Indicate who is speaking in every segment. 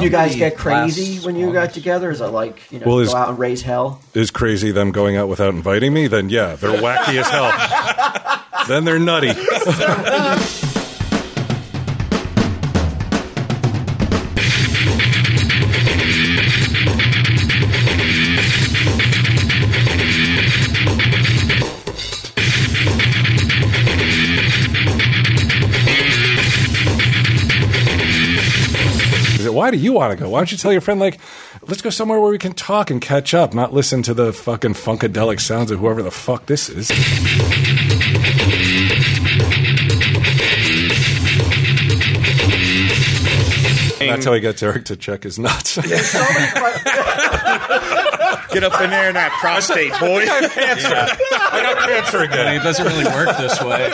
Speaker 1: you guys get
Speaker 2: comedy
Speaker 1: crazy
Speaker 2: class
Speaker 1: when you got
Speaker 2: ones.
Speaker 1: together? Is it like you know
Speaker 3: Well, is-
Speaker 1: go out and raise hell?
Speaker 3: is crazy them going out without inviting me, then yeah, they're wacky as hell. then they're nutty. Is it, Why do you want to go? Why don't you tell your friend, like, let's go somewhere where we can talk and catch up, not listen to the fucking funkadelic sounds of whoever the fuck this is? That's how he gets Eric to check his nuts.
Speaker 4: Get up in there and that prostate, boy.
Speaker 3: I got cancer again.
Speaker 2: It doesn't really work this way.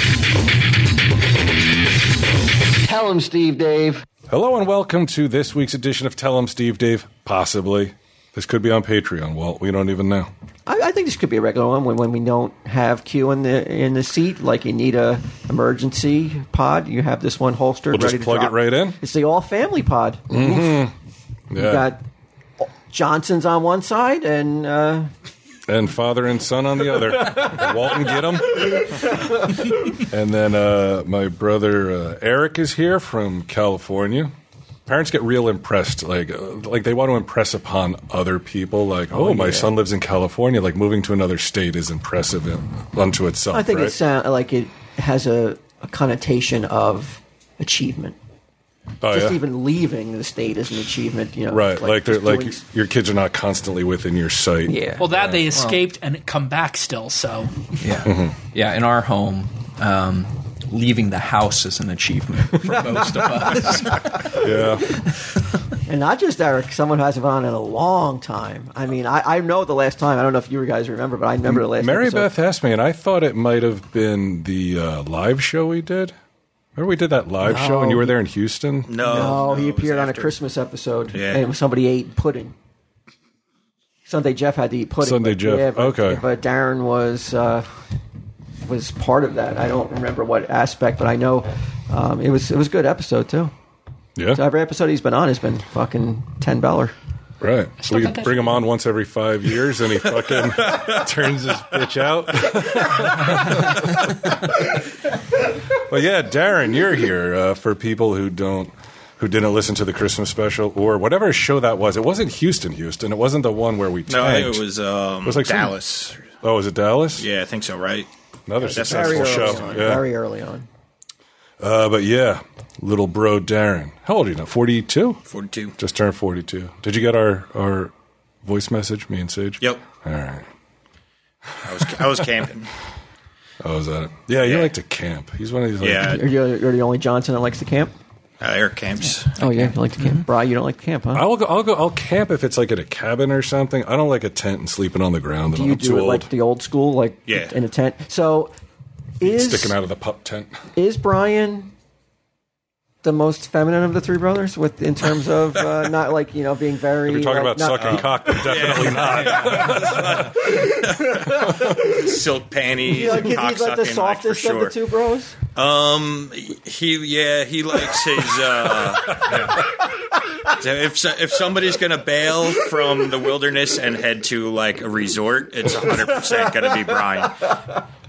Speaker 5: Tell him, Steve Dave.
Speaker 3: Hello and welcome to this week's edition of Tell 'em Steve Dave. Possibly. This could be on Patreon, Walt. We don't even know.
Speaker 1: I, I think this could be a regular one when, when we don't have Q in the in the seat. Like you need a emergency pod, you have this one holstered.
Speaker 3: We'll just
Speaker 1: ready to
Speaker 3: plug it
Speaker 1: drop.
Speaker 3: right in?
Speaker 1: It's the all family pod. You
Speaker 3: Yeah.
Speaker 1: got Johnson's on one side and uh,
Speaker 3: and father and son on the other. Walton, get him. and then uh, my brother uh, Eric is here from California. Parents get real impressed, like uh, like they want to impress upon other people, like, oh, my son lives in California, like moving to another state is impressive in, unto itself.
Speaker 1: I think uh,
Speaker 3: right?
Speaker 1: it sounds like it has a, a connotation of achievement.
Speaker 3: Oh,
Speaker 1: just
Speaker 3: yeah?
Speaker 1: even leaving the state is an achievement, you know.
Speaker 3: right, like, they're
Speaker 1: just
Speaker 3: like
Speaker 1: doing-
Speaker 3: your kids are not constantly within your sight.
Speaker 1: yeah.
Speaker 6: Well, that they escaped and come back still. So
Speaker 2: Yeah, yeah. In our home, um, leaving the house is an achievement for most of us.
Speaker 3: yeah.
Speaker 1: And not just Eric, someone who hasn't been on in a long time. I mean, I, I know the last time. I don't know if you guys remember, but I remember the
Speaker 6: e-
Speaker 1: last.
Speaker 3: Mary
Speaker 1: episode.
Speaker 3: Beth asked me, and I thought it might have been the uh, live show we did. Remember we did that live show, and you were there in Houston.
Speaker 4: No,
Speaker 1: No,
Speaker 4: it
Speaker 1: Oh, he
Speaker 4: was
Speaker 1: appeared on a
Speaker 4: after.
Speaker 1: Christmas episode,
Speaker 4: Yeah.
Speaker 1: and somebody ate pudding. Sunday Jeff had to eat pudding.
Speaker 3: Sunday
Speaker 1: but-
Speaker 3: Jeff,
Speaker 1: yeah, but,
Speaker 3: okay.
Speaker 1: But Darren was uh, was part of that. I don't remember what aspect, but I know um, it was it was a good episode too.
Speaker 3: Yeah,
Speaker 1: So every episode he's been on has been fucking ten dollar.
Speaker 3: right.
Speaker 6: still
Speaker 3: We
Speaker 6: think I
Speaker 3: bring
Speaker 6: should-
Speaker 3: him on once every five years, and he fucking turns his bitch out. well, yeah, Darren, you're here uh, for people who don't. Who didn't listen to the Christmas special or whatever show that was? It wasn't Houston, Houston. It wasn't the one where we. Tanked.
Speaker 4: No, I think it was um,
Speaker 3: It was like some-
Speaker 4: Dallas.
Speaker 3: Oh, was it Dallas?
Speaker 4: Yeah, I think so. Right?
Speaker 3: another
Speaker 4: that's
Speaker 3: successful
Speaker 4: Very early
Speaker 3: show.
Speaker 1: on,
Speaker 3: Yeah.
Speaker 1: Very early on.
Speaker 3: Uh, but yeah, little bro Darren. How old are you now? 42?
Speaker 4: Forty-two.
Speaker 3: Just turned 42. Did you get our, our voice message, me and Sage?
Speaker 4: Yep.
Speaker 3: All right.
Speaker 4: I was I was camping.
Speaker 3: Oh, is that it? Yeah, you
Speaker 4: Yeah.
Speaker 3: like to camp. He's one of these. Like,
Speaker 4: Yeah,
Speaker 1: You're, you're, you're the only Johnson that likes to camp.
Speaker 4: uh, Eric camps.
Speaker 1: Oh yeah, you like to
Speaker 3: Mm-hmm.
Speaker 1: camp, Bri? You don't like to camp, huh?
Speaker 3: I'll go, I'll go, I'll camp if it's like at a cabin or something. I don't like a tent and sleeping on the
Speaker 1: do
Speaker 3: ground. and
Speaker 1: you
Speaker 3: I'm
Speaker 1: do
Speaker 3: too
Speaker 1: it
Speaker 3: old.
Speaker 1: like the old school, like
Speaker 4: Yeah.
Speaker 1: in a tent? So is
Speaker 3: Sticking out of the pup tent.
Speaker 1: is Brian the most feminine of the three brothers? With in terms of uh, not like you know being very.
Speaker 3: If you're talking
Speaker 1: like,
Speaker 3: about
Speaker 1: not-
Speaker 3: sucking cock, then definitely not.
Speaker 4: silk panties.
Speaker 1: you know,
Speaker 4: and
Speaker 1: he's
Speaker 4: cock
Speaker 1: like the
Speaker 4: sucking, like,
Speaker 1: softest
Speaker 4: for
Speaker 1: of the
Speaker 4: sure.
Speaker 1: two bros.
Speaker 4: Um, he yeah, he likes his. Uh, so if so, if somebody's gonna bail from the wilderness and head to like a resort, it's hundred percent gonna be Brian.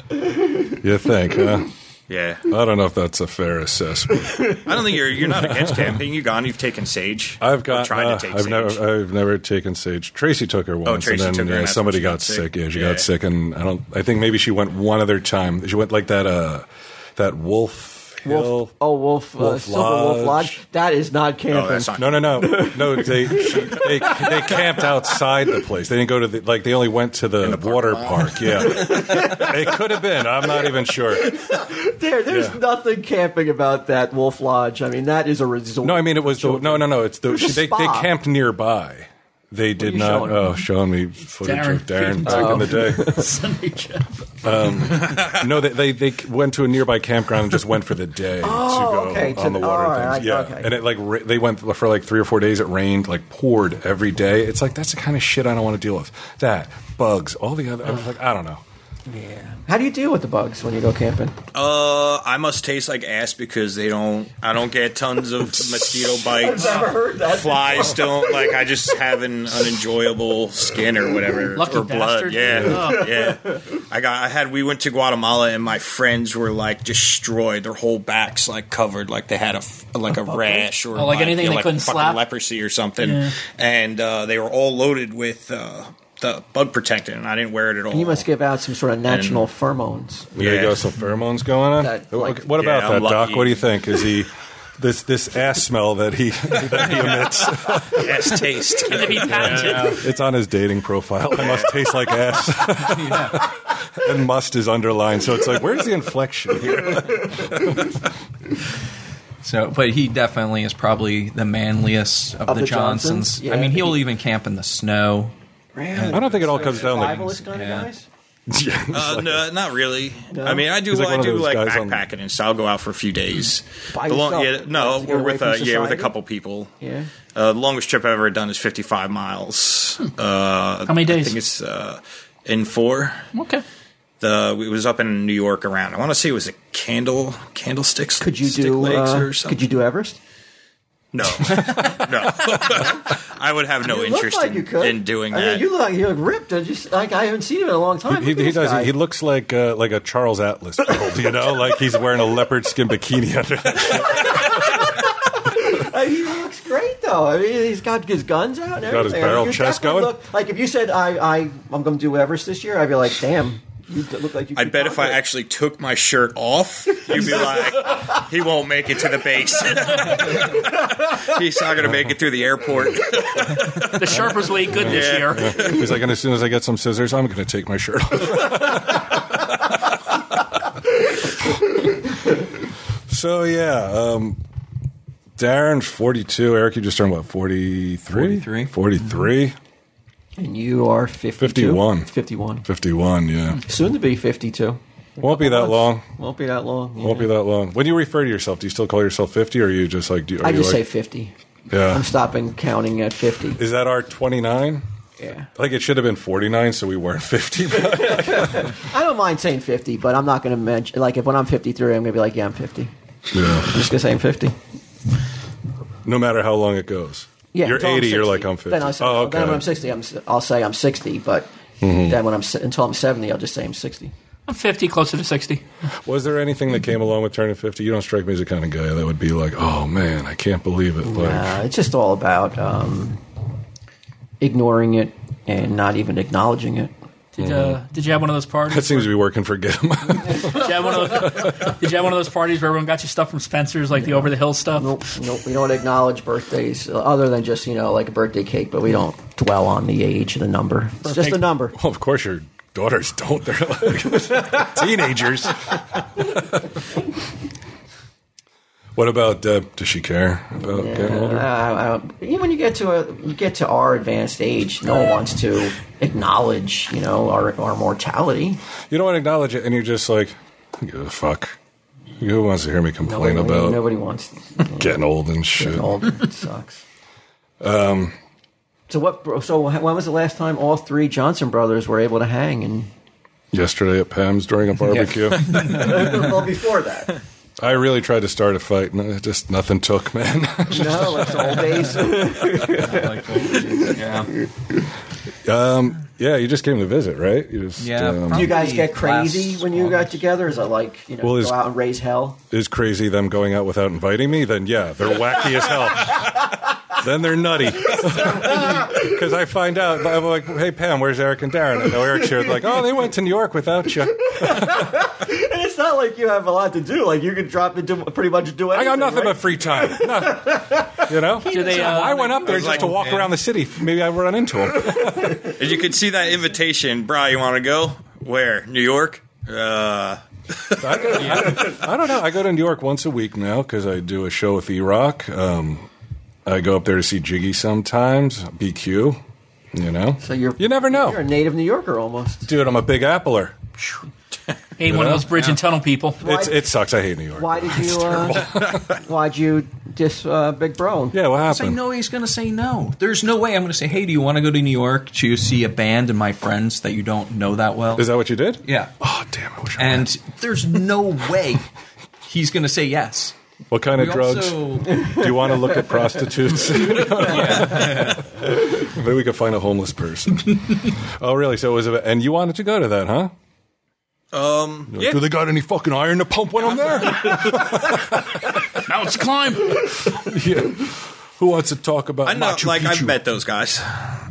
Speaker 3: You think, huh?
Speaker 4: Yeah,
Speaker 3: I don't know if that's a fair assessment.
Speaker 4: I don't think you're you're not against camping. You've gone. You've taken sage.
Speaker 3: I've
Speaker 4: Or
Speaker 3: got.
Speaker 4: tried
Speaker 3: uh,
Speaker 4: to take
Speaker 3: I've
Speaker 4: sage.
Speaker 3: never. I've never taken sage. Tracy took her once,
Speaker 4: Tracy
Speaker 3: and
Speaker 4: took
Speaker 3: then
Speaker 4: her, and
Speaker 3: yeah,
Speaker 4: that's
Speaker 3: somebody
Speaker 4: when she
Speaker 3: got
Speaker 4: got sick.
Speaker 3: sick. Yeah, she
Speaker 4: Yeah.
Speaker 3: got sick, and I don't. I think maybe she went one other time. She went like that. Uh, that wolf. Hill.
Speaker 1: Wolf, oh, Wolf, uh,
Speaker 3: Wolf
Speaker 1: Silver Wolf
Speaker 3: Lodge.
Speaker 1: Lodge. That is not camping.
Speaker 4: Oh, that's not.
Speaker 3: No, no, no, no. They, she, they they camped outside the place. They didn't go to the like. They only went to the, water park. Yeah, it could have been. I'm not even sure.
Speaker 1: there, there's
Speaker 3: Yeah.
Speaker 1: nothing camping about that Wolf Lodge. I mean, that is a resort.
Speaker 3: No, I mean it was the no, no, no. It's the
Speaker 1: It was a
Speaker 3: they, they
Speaker 1: spa.
Speaker 3: camped nearby. They did
Speaker 1: you
Speaker 3: not.
Speaker 1: showing?
Speaker 3: Oh, showing me footage of Darren
Speaker 6: Darren.
Speaker 3: back in the day.
Speaker 6: Sunday Jeff.
Speaker 3: No, they, they they went to a nearby campground and just went for the day to go
Speaker 1: Oh, okay, to
Speaker 3: on the
Speaker 1: the-
Speaker 3: water
Speaker 1: all right,
Speaker 3: things. Yeah,
Speaker 1: okay.
Speaker 3: and it like ra- they went for like three or four days. It rained, like poured every day. It's like that's the kind of shit I don't want to deal with. That bugs, all the other. I was like, I don't know.
Speaker 1: How do you deal with the bugs when you go camping?
Speaker 4: Uh, I must taste like ass because they don't. I don't get tons of mosquito bites.
Speaker 1: heard that.
Speaker 4: Flies don't like. I just have an unenjoyable skin or whatever,
Speaker 6: Lucky
Speaker 4: or blood.
Speaker 6: bastard.
Speaker 4: Yeah, yeah. I got. I had. We went to Guatemala and my friends were like destroyed. Their whole backs like covered, like they had a f- like a rash or
Speaker 6: Oh, like anything
Speaker 4: you know,
Speaker 6: they
Speaker 4: like
Speaker 6: couldn't
Speaker 4: fucking
Speaker 6: slap?
Speaker 4: leprosy or something.
Speaker 6: Yeah.
Speaker 4: And uh, they were all loaded with uh, the bug protectant, and I didn't wear it at all.
Speaker 1: You must give out some sort of natural pheromones.
Speaker 3: There you
Speaker 4: Yeah.
Speaker 3: go. Some pheromones going on.
Speaker 1: That,
Speaker 3: what,
Speaker 1: like-
Speaker 3: what about
Speaker 4: Yeah,
Speaker 3: that,
Speaker 4: I'm
Speaker 3: Doc?
Speaker 4: lucky.
Speaker 3: What do you think? Is he this this ass smell that he that he emits?
Speaker 4: ass taste.
Speaker 6: Can they be patented?
Speaker 3: It's on his dating profile. I must taste like ass, and must is underlined. So it's like, where's the inflection here?
Speaker 2: So, but he definitely is probably the manliest of,
Speaker 1: Of
Speaker 2: the,
Speaker 1: the
Speaker 2: Johnsons.
Speaker 1: Johnsons?
Speaker 2: I
Speaker 1: Yeah.
Speaker 2: mean, he'll even camp in the snow.
Speaker 1: Really?
Speaker 3: I don't think it all comes down to.
Speaker 1: Survivalist kind
Speaker 2: Yeah.
Speaker 1: of guys?
Speaker 3: Yeah, it's
Speaker 4: Uh,
Speaker 3: like-
Speaker 4: no, not really.
Speaker 1: No?
Speaker 4: I mean, I do.
Speaker 3: He's like one
Speaker 4: I
Speaker 3: of
Speaker 4: do
Speaker 3: those
Speaker 4: like
Speaker 3: guys on-
Speaker 4: backpacking, and so I'll go out for a few days.
Speaker 1: By
Speaker 4: The long-
Speaker 1: yourself?
Speaker 4: yeah, no,
Speaker 1: Like, to get
Speaker 4: or
Speaker 1: away
Speaker 4: with
Speaker 1: from
Speaker 4: uh, yeah, with a
Speaker 1: society?
Speaker 4: couple people.
Speaker 1: Yeah.
Speaker 4: Uh, the longest trip I've ever done is 55 miles.
Speaker 1: Hmm.
Speaker 4: Uh,
Speaker 6: How many
Speaker 4: I
Speaker 6: days?
Speaker 4: think it's uh, in four.
Speaker 6: Okay.
Speaker 4: The it was up in New York around. I want to say it was a candle candlesticks.
Speaker 1: Could you
Speaker 4: Stick
Speaker 1: do?
Speaker 4: Lakes
Speaker 1: uh,
Speaker 4: or something?
Speaker 1: could you do Everest?
Speaker 4: No, no. I would have no
Speaker 1: You
Speaker 4: interest
Speaker 1: look like
Speaker 4: in,
Speaker 1: you could.
Speaker 4: Oh, in doing
Speaker 1: I
Speaker 4: that.
Speaker 1: Mean, you look you look ripped. I just like I haven't seen him in a long time.
Speaker 3: He,
Speaker 1: Look at
Speaker 3: he
Speaker 1: this
Speaker 3: does.
Speaker 1: guy.
Speaker 3: He looks like uh, like a Charles Atlas, build, you know, like he's wearing a leopard skin bikini under. That.
Speaker 1: I mean, he looks great though. I mean, he's got his guns out. And
Speaker 3: Got his
Speaker 1: everything.
Speaker 3: barrel
Speaker 1: You
Speaker 3: chest
Speaker 1: definitely
Speaker 3: going?
Speaker 1: Look, like if you said I I I'm going to do Everest this year, I'd be like, damn, you d- look like you.
Speaker 4: I
Speaker 1: could
Speaker 4: bet if I
Speaker 1: conquer it.
Speaker 4: actually took my shirt off, you'd be like, he won't make it to the base. He's not going to make it through the airport.
Speaker 6: The Sharpers League good this year.
Speaker 3: He's like, and as soon as I get some scissors, I'm going to take my shirt off. so yeah, um, Darren's 42. Eric, you just turned what? 43.
Speaker 2: 43.
Speaker 3: 43.
Speaker 1: Mm-hmm. and you are 52?
Speaker 3: 51.
Speaker 1: 51.
Speaker 3: 51. Yeah,
Speaker 1: Soon to be fifty two.
Speaker 3: won't be that long.
Speaker 1: Won't be that long.
Speaker 3: Won't be that long. When you refer to yourself, do you still call yourself 50, or are you just like? Do, are
Speaker 1: I
Speaker 3: you
Speaker 1: just say
Speaker 3: like, Uh.
Speaker 1: fifty.
Speaker 3: Yeah.
Speaker 1: I'm stopping counting at fifty.
Speaker 3: Is that our 29?
Speaker 1: Yeah.
Speaker 3: Like it should have been 49, so we weren't 50. but-
Speaker 1: I don't mind saying 50, but I'm not going to mention, like, if when I'm 53, I'm going to be like, yeah, I'm 50.
Speaker 3: yeah.
Speaker 1: I'm just going to say I'm 50.
Speaker 3: No matter how long it goes.
Speaker 1: Yeah.
Speaker 3: You're
Speaker 1: until I'm
Speaker 3: 80, you're
Speaker 1: 60.
Speaker 3: like, I'm 50.
Speaker 1: Then, I'll say,
Speaker 3: oh, okay. Mm-hmm.
Speaker 1: then when I'm 60, I'm, s- I'll say I'm 60, but then when I'm, s- until I'm 70, I'll just say I'm 60.
Speaker 6: I'm 50, closer to 60.
Speaker 3: Was there anything that came along with turning 50? You don't strike me as the kind of guy that would be like, oh man, I can't believe it. Like,
Speaker 1: Uh, it's just all about um, ignoring it and not even acknowledging it.
Speaker 6: Did, uh,
Speaker 1: Mm.
Speaker 6: did you have one of those parties?
Speaker 3: that seems to be working for Gim.
Speaker 6: Did you, have one of those, did you have one of those parties where everyone got you stuff from Spencer's, like the over the hill stuff?
Speaker 1: Nope, nope. We don't acknowledge birthdays uh, other than just, you know, like a birthday cake, but we don't dwell on the age and the number. It's just
Speaker 6: Birthday-
Speaker 1: a number.
Speaker 3: well, of course, your daughters don't. They're like teenagers. what about Deb? Does she care about getting older?
Speaker 1: Uh, I- I- when you get to a you get to our advanced age, no one wants to acknowledge, you know, our, our mortality.
Speaker 3: You don't want to acknowledge it, and you're just like, I don't give a fuck. Who wants to hear me complain
Speaker 1: Nobody,
Speaker 3: about
Speaker 1: nobody wants
Speaker 3: getting old and shit?
Speaker 1: getting old. It sucks. Um. So what? So when was the last time all three Johnson brothers were able to hang? And
Speaker 3: Yesterday at Pam's during a barbecue,
Speaker 1: well, before that,
Speaker 3: I really tried to start a fight, and it just nothing took, man.
Speaker 1: no, it's old days.
Speaker 2: Like, yeah.
Speaker 3: um, yeah, you just came to visit, right? You just,
Speaker 2: Yeah,
Speaker 3: um,
Speaker 1: You guys get
Speaker 2: Probably
Speaker 1: crazy
Speaker 2: last
Speaker 1: when you got
Speaker 2: August.
Speaker 1: together? Is it like you know
Speaker 3: Well, it's-
Speaker 1: go out and raise hell?
Speaker 3: is crazy them going out without inviting me? Then yeah, they're wacky as hell. then they're nutty because I find out I'm like, hey Pam, where's Eric and Darren? I know Eric's here. Like, oh, they went to New York without you.
Speaker 1: And it's not like you have a lot to do. Like you could drop into pretty much do
Speaker 3: I
Speaker 1: anything.
Speaker 3: got nothing
Speaker 1: right?
Speaker 3: but free time. Nothing. You know?
Speaker 6: Do they, uh,
Speaker 3: I went up there
Speaker 4: I was
Speaker 3: just
Speaker 4: like,
Speaker 3: to walk
Speaker 4: man.
Speaker 3: around the city. Maybe I run into him.
Speaker 4: And you could see that invitation. Bri, you want to go? Where? New York? Uh,
Speaker 3: I, go, I, I don't know. I go to New York once a week now because I do a show with E Rock. Um, I go up there to see Jiggy sometimes, BQ. You know?
Speaker 1: So you're
Speaker 3: you never know.
Speaker 1: You're a native New Yorker almost.
Speaker 3: Dude, I'm a big appler.
Speaker 6: Hey, one of those bridge and tunnel people.
Speaker 3: It's, it sucks. I hate New York.
Speaker 1: Why did you? Uh, why'd you Just uh, Big Bro.
Speaker 3: Yeah, what
Speaker 2: I
Speaker 3: happened?
Speaker 2: know he's going to say no. There's no way I'm going to say, hey, do you want to go to New York to see a band and my friends that you don't know that well?
Speaker 3: Is that what you did?
Speaker 2: yeah.
Speaker 3: Oh, damn. I wish I
Speaker 2: And
Speaker 3: went.
Speaker 2: there's no way he's going to say yes.
Speaker 3: what kind of
Speaker 2: We
Speaker 3: drugs?
Speaker 2: also-
Speaker 3: Do you want to look at prostitutes? Maybe we could find a homeless person. oh, really? So it was, a, and you wanted to go to that, huh?
Speaker 4: Um, yeah,
Speaker 3: Do they got any fucking iron to pump when I'm there?
Speaker 6: Mountains to climb.
Speaker 3: yeah. Who wants to talk about?
Speaker 4: I know.
Speaker 3: Machu
Speaker 4: Like I've
Speaker 3: Picchu?
Speaker 4: met those guys.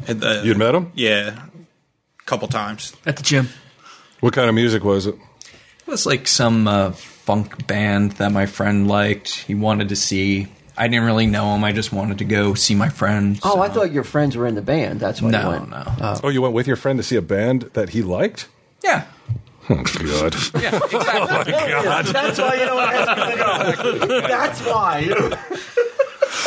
Speaker 4: At the-
Speaker 3: You'd met him.
Speaker 4: Yeah, a couple times.
Speaker 6: At the gym.
Speaker 3: What kind of music was it?
Speaker 2: It was like some uh, funk band that my friend liked. He wanted to see. I didn't really know him. I just wanted to go see my friend.
Speaker 1: Oh,
Speaker 2: so-
Speaker 1: I thought your friends were in the band. That's why you
Speaker 2: No,
Speaker 1: went.
Speaker 2: no.
Speaker 1: Oh.
Speaker 3: Oh, you went with your friend to see a band that he liked.
Speaker 2: yeah,
Speaker 3: Oh God!
Speaker 2: yeah,
Speaker 3: Oh,
Speaker 2: exactly.
Speaker 1: That's why you don't ask me to go. That's why.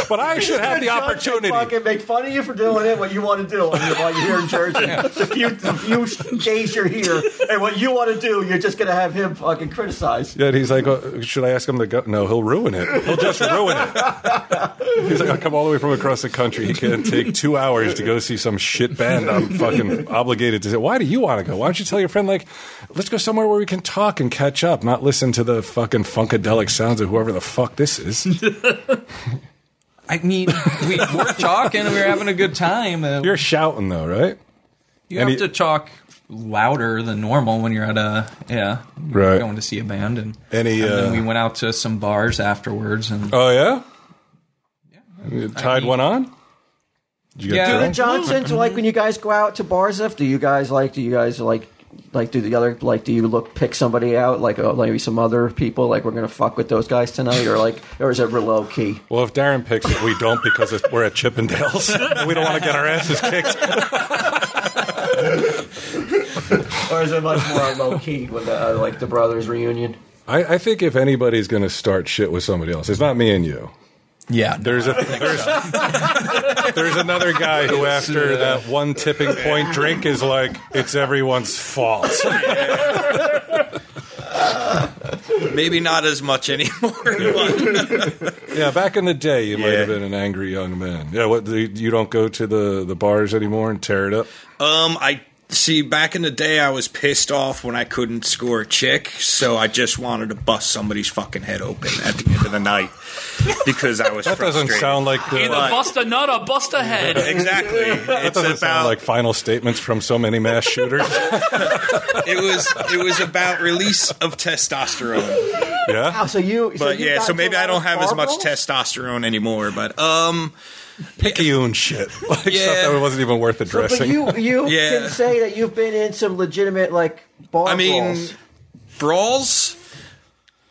Speaker 3: but I should have the opportunity.
Speaker 1: Fucking make fun of you for doing it. What you want to do while you're here in church. The few the few days you're here, and what you want to do, you're just gonna have him fucking criticize.
Speaker 3: Yeah, and he's like, oh, should I ask him to go? No, he'll ruin it. He'll just ruin it. He's like, I'll come all the way from across the country. He can't take two hours to go see some shit band. I'm fucking obligated to say, why do you want to go? Why don't you tell your friend, like, let's go somewhere where we can talk and catch up, not listen to the fucking funkadelic sounds of whoever the fuck this is.
Speaker 2: I mean, we were talking. We were having a good time. Uh,
Speaker 3: You're shouting, though, right?
Speaker 2: you
Speaker 3: and
Speaker 2: have
Speaker 3: he-
Speaker 2: to talk louder than normal when you're at a yeah
Speaker 3: Right.
Speaker 2: going to see a band and
Speaker 3: And he,
Speaker 2: and
Speaker 3: uh,
Speaker 2: then we went out to some bars afterwards and
Speaker 3: Oh, yeah? You tied one on? Did you get
Speaker 2: Yeah.
Speaker 1: Do
Speaker 3: through?
Speaker 1: the Johnsons like when you guys go out to bars? If do you guys like? Do you guys like? Like do the other like do you look pick somebody out like uh, maybe some other people like we're gonna fuck with those guys tonight or like or is it real low key?
Speaker 3: Well, if Darren picks it, we don't because it's, we're at Chippendales. we don't want to get our asses kicked.
Speaker 1: Or is it much more low key with uh, like the brothers reunion?
Speaker 3: I, I think if anybody's going to start shit with somebody else, it's not me and you.
Speaker 2: yeah no,
Speaker 3: There's a there's, there's another guy who after that one tipping point drink is like it's everyone's fault.
Speaker 4: Maybe not as much anymore. but-
Speaker 3: Yeah, back in the day, you might
Speaker 4: Yeah.
Speaker 3: have been an angry young man. Yeah, what the, you don't go to the the bars anymore and tear it up.
Speaker 4: um, I see. Back in the day, I was pissed off when I couldn't score a chick, so I just wanted to bust somebody's fucking head open at the end of the night because I was.
Speaker 3: That doesn't
Speaker 4: frustrated.
Speaker 3: sound like the,
Speaker 6: Either bust a nut or bust a head.
Speaker 4: exactly.
Speaker 3: that
Speaker 4: It's
Speaker 3: doesn't
Speaker 4: about
Speaker 3: sound like final statements from so many mass shooters.
Speaker 4: it was. It was about release of testosterone.
Speaker 1: Oh,
Speaker 3: yeah,
Speaker 1: so you so
Speaker 4: but
Speaker 1: you
Speaker 4: yeah,
Speaker 1: got
Speaker 4: so
Speaker 1: into
Speaker 4: maybe
Speaker 1: a lot
Speaker 4: I don't
Speaker 1: of
Speaker 4: have as
Speaker 1: bar
Speaker 4: much
Speaker 1: brawls?
Speaker 4: testosterone anymore. But um,
Speaker 3: picayune shit. Like stuff that wasn't even worth
Speaker 1: But-
Speaker 3: addressing.
Speaker 1: But you you
Speaker 4: Yeah.
Speaker 1: can say that you've been in some legitimate like bar
Speaker 4: I mean,
Speaker 1: brawls.
Speaker 4: brawls.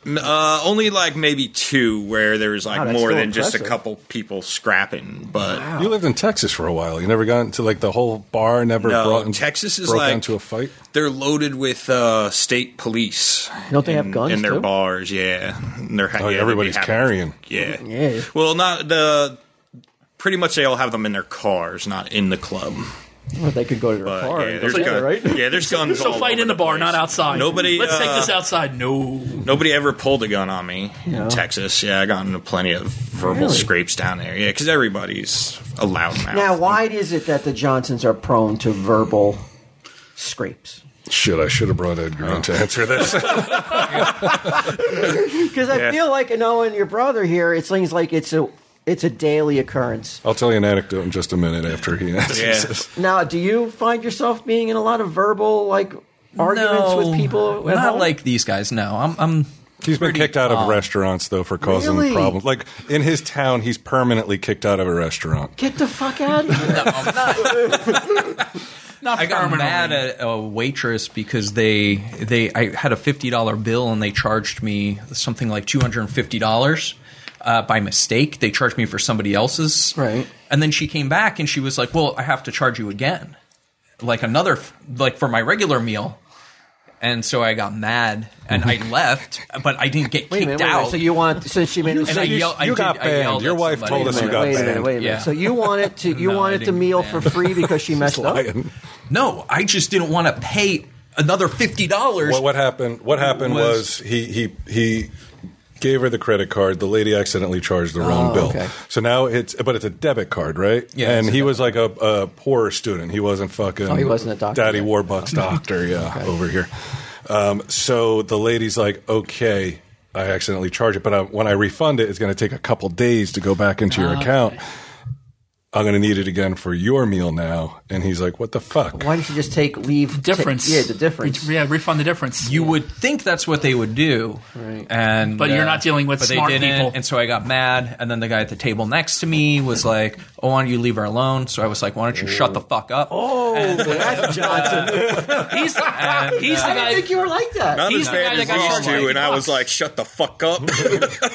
Speaker 4: m- Uh, only like maybe two where there was like
Speaker 1: Wow, that's
Speaker 4: more
Speaker 1: still
Speaker 4: than just a
Speaker 1: impressive.
Speaker 4: couple people scrapping, but
Speaker 3: You lived in Texas for a while. You never got into like the whole bar. Never
Speaker 4: No,
Speaker 3: brought in,
Speaker 4: Texas is
Speaker 3: broke
Speaker 4: like-
Speaker 3: into a fight.
Speaker 4: they're loaded with uh, state police.
Speaker 1: Don't they
Speaker 4: in,
Speaker 1: have guns,
Speaker 4: in their
Speaker 1: too?
Speaker 4: bars? Yeah, and they're
Speaker 3: Oh,
Speaker 4: yeah,
Speaker 3: everybody's
Speaker 4: they have-
Speaker 3: carrying.
Speaker 4: Yeah,
Speaker 1: Yeah.
Speaker 4: Well, not the. Pretty much, they all have them in their cars, not in the club.
Speaker 1: Well, they could go to their
Speaker 4: But
Speaker 1: car
Speaker 4: yeah,
Speaker 1: and
Speaker 4: there's
Speaker 1: go together,
Speaker 4: guns.
Speaker 1: right?
Speaker 4: Yeah, there's guns.
Speaker 6: So
Speaker 4: all
Speaker 6: fight
Speaker 4: over
Speaker 6: in the bar,
Speaker 4: place.
Speaker 6: not outside.
Speaker 4: Nobody,
Speaker 6: Let's take
Speaker 4: uh,
Speaker 6: this outside. No.
Speaker 4: Nobody ever pulled a gun on me
Speaker 1: Yeah.
Speaker 4: in Texas. Yeah, I got into plenty of verbal
Speaker 1: Really?
Speaker 4: scrapes down there. Yeah, because everybody's a loudmouth.
Speaker 1: Now, why is it that the Johnsons are prone to verbal scrapes?
Speaker 3: Shit, I should have brought Ed Green to answer this.
Speaker 1: Because I
Speaker 4: Yeah.
Speaker 1: feel like you know, and your brother here, it seems like it's a it's a daily occurrence.
Speaker 3: I'll tell you an anecdote in just a minute after he answers
Speaker 4: Yeah.
Speaker 3: this.
Speaker 1: Now, do you find yourself being in a lot of verbal like arguments with people? At
Speaker 2: not
Speaker 1: home?
Speaker 2: like these guys. No, I'm. I'm
Speaker 3: He's been
Speaker 2: pretty
Speaker 3: kicked out of
Speaker 2: calm.
Speaker 3: restaurants though for causing
Speaker 1: Really?
Speaker 3: problems. Like in his town, he's permanently kicked out of a restaurant.
Speaker 1: get the fuck out. of here.
Speaker 2: No, I'm not.
Speaker 6: Not
Speaker 2: I got
Speaker 6: permanently.
Speaker 2: mad at a waitress because they they I had a fifty dollar bill and they charged me something like two hundred and fifty dollars uh, by mistake. They charged me for somebody else's,
Speaker 1: Right.
Speaker 2: And then she came back and she was like, "Well, I have to charge you again, like another f- like for my regular meal." And so I got mad and I left, but I didn't get kicked
Speaker 1: Wait a minute, wait a minute.
Speaker 2: out.
Speaker 1: So you want since she made a
Speaker 2: and I,
Speaker 1: mistake-
Speaker 2: yell, I
Speaker 3: you
Speaker 2: did,
Speaker 3: got
Speaker 2: I yelled
Speaker 3: banned. Your
Speaker 2: at
Speaker 3: wife
Speaker 2: somebody.
Speaker 1: Wait
Speaker 3: told
Speaker 1: a
Speaker 3: us you
Speaker 1: minute,
Speaker 3: got
Speaker 1: wait a minute,
Speaker 3: banned.
Speaker 1: wait a minute.
Speaker 2: Yeah.
Speaker 1: So you wanted to you
Speaker 2: No, I
Speaker 1: wanted the
Speaker 2: didn't
Speaker 1: meal for
Speaker 2: ban.
Speaker 1: free because she messed up.
Speaker 3: Lion.
Speaker 2: No, I just didn't want to pay another fifty dollars
Speaker 3: What, what happened? What happened
Speaker 2: Was-
Speaker 3: was, he he he Gave her the credit card. The lady accidentally charged the wrong bill.
Speaker 1: Oh, okay.
Speaker 3: So now it's, but it's a debit card, right?
Speaker 2: Yeah,
Speaker 3: And
Speaker 2: it's a
Speaker 3: he was like a, a poor student. He wasn't fucking.
Speaker 1: Oh, he wasn't a doctor,
Speaker 3: Daddy
Speaker 1: yeah.
Speaker 3: Warbucks doctor, yeah, over here. Um, so the lady's like, okay, I accidentally charged it, but I, when I refund it, it's going to take a couple days to go back into
Speaker 1: Oh,
Speaker 3: your account. I'm going to need it again for your meal now. And he's like, what the fuck?
Speaker 1: Why didn't you just take leave?
Speaker 6: difference.
Speaker 1: ta- yeah, the difference.
Speaker 6: Yeah, refund the difference.
Speaker 2: You would think that's what they would do,
Speaker 1: Right.
Speaker 2: and uh,
Speaker 6: But you're not dealing with
Speaker 2: but
Speaker 6: smart
Speaker 2: they didn't,
Speaker 6: people.
Speaker 2: And so I got mad, and then the guy at the table next to me was like, "Oh, why don't you leave her alone?" So I was like, "Why don't you shut the fuck up?"
Speaker 1: Oh, that's Johnson.
Speaker 6: He's the,
Speaker 2: And,
Speaker 6: he's the
Speaker 1: I
Speaker 2: uh,
Speaker 6: guy.
Speaker 1: didn't think you were like that.
Speaker 4: Not
Speaker 6: He's
Speaker 4: as
Speaker 6: the guy
Speaker 4: bad
Speaker 6: that
Speaker 4: as
Speaker 6: got
Speaker 4: these
Speaker 6: shot
Speaker 4: two,
Speaker 6: by
Speaker 4: and I was
Speaker 6: Fox.
Speaker 4: like, "Shut the fuck up."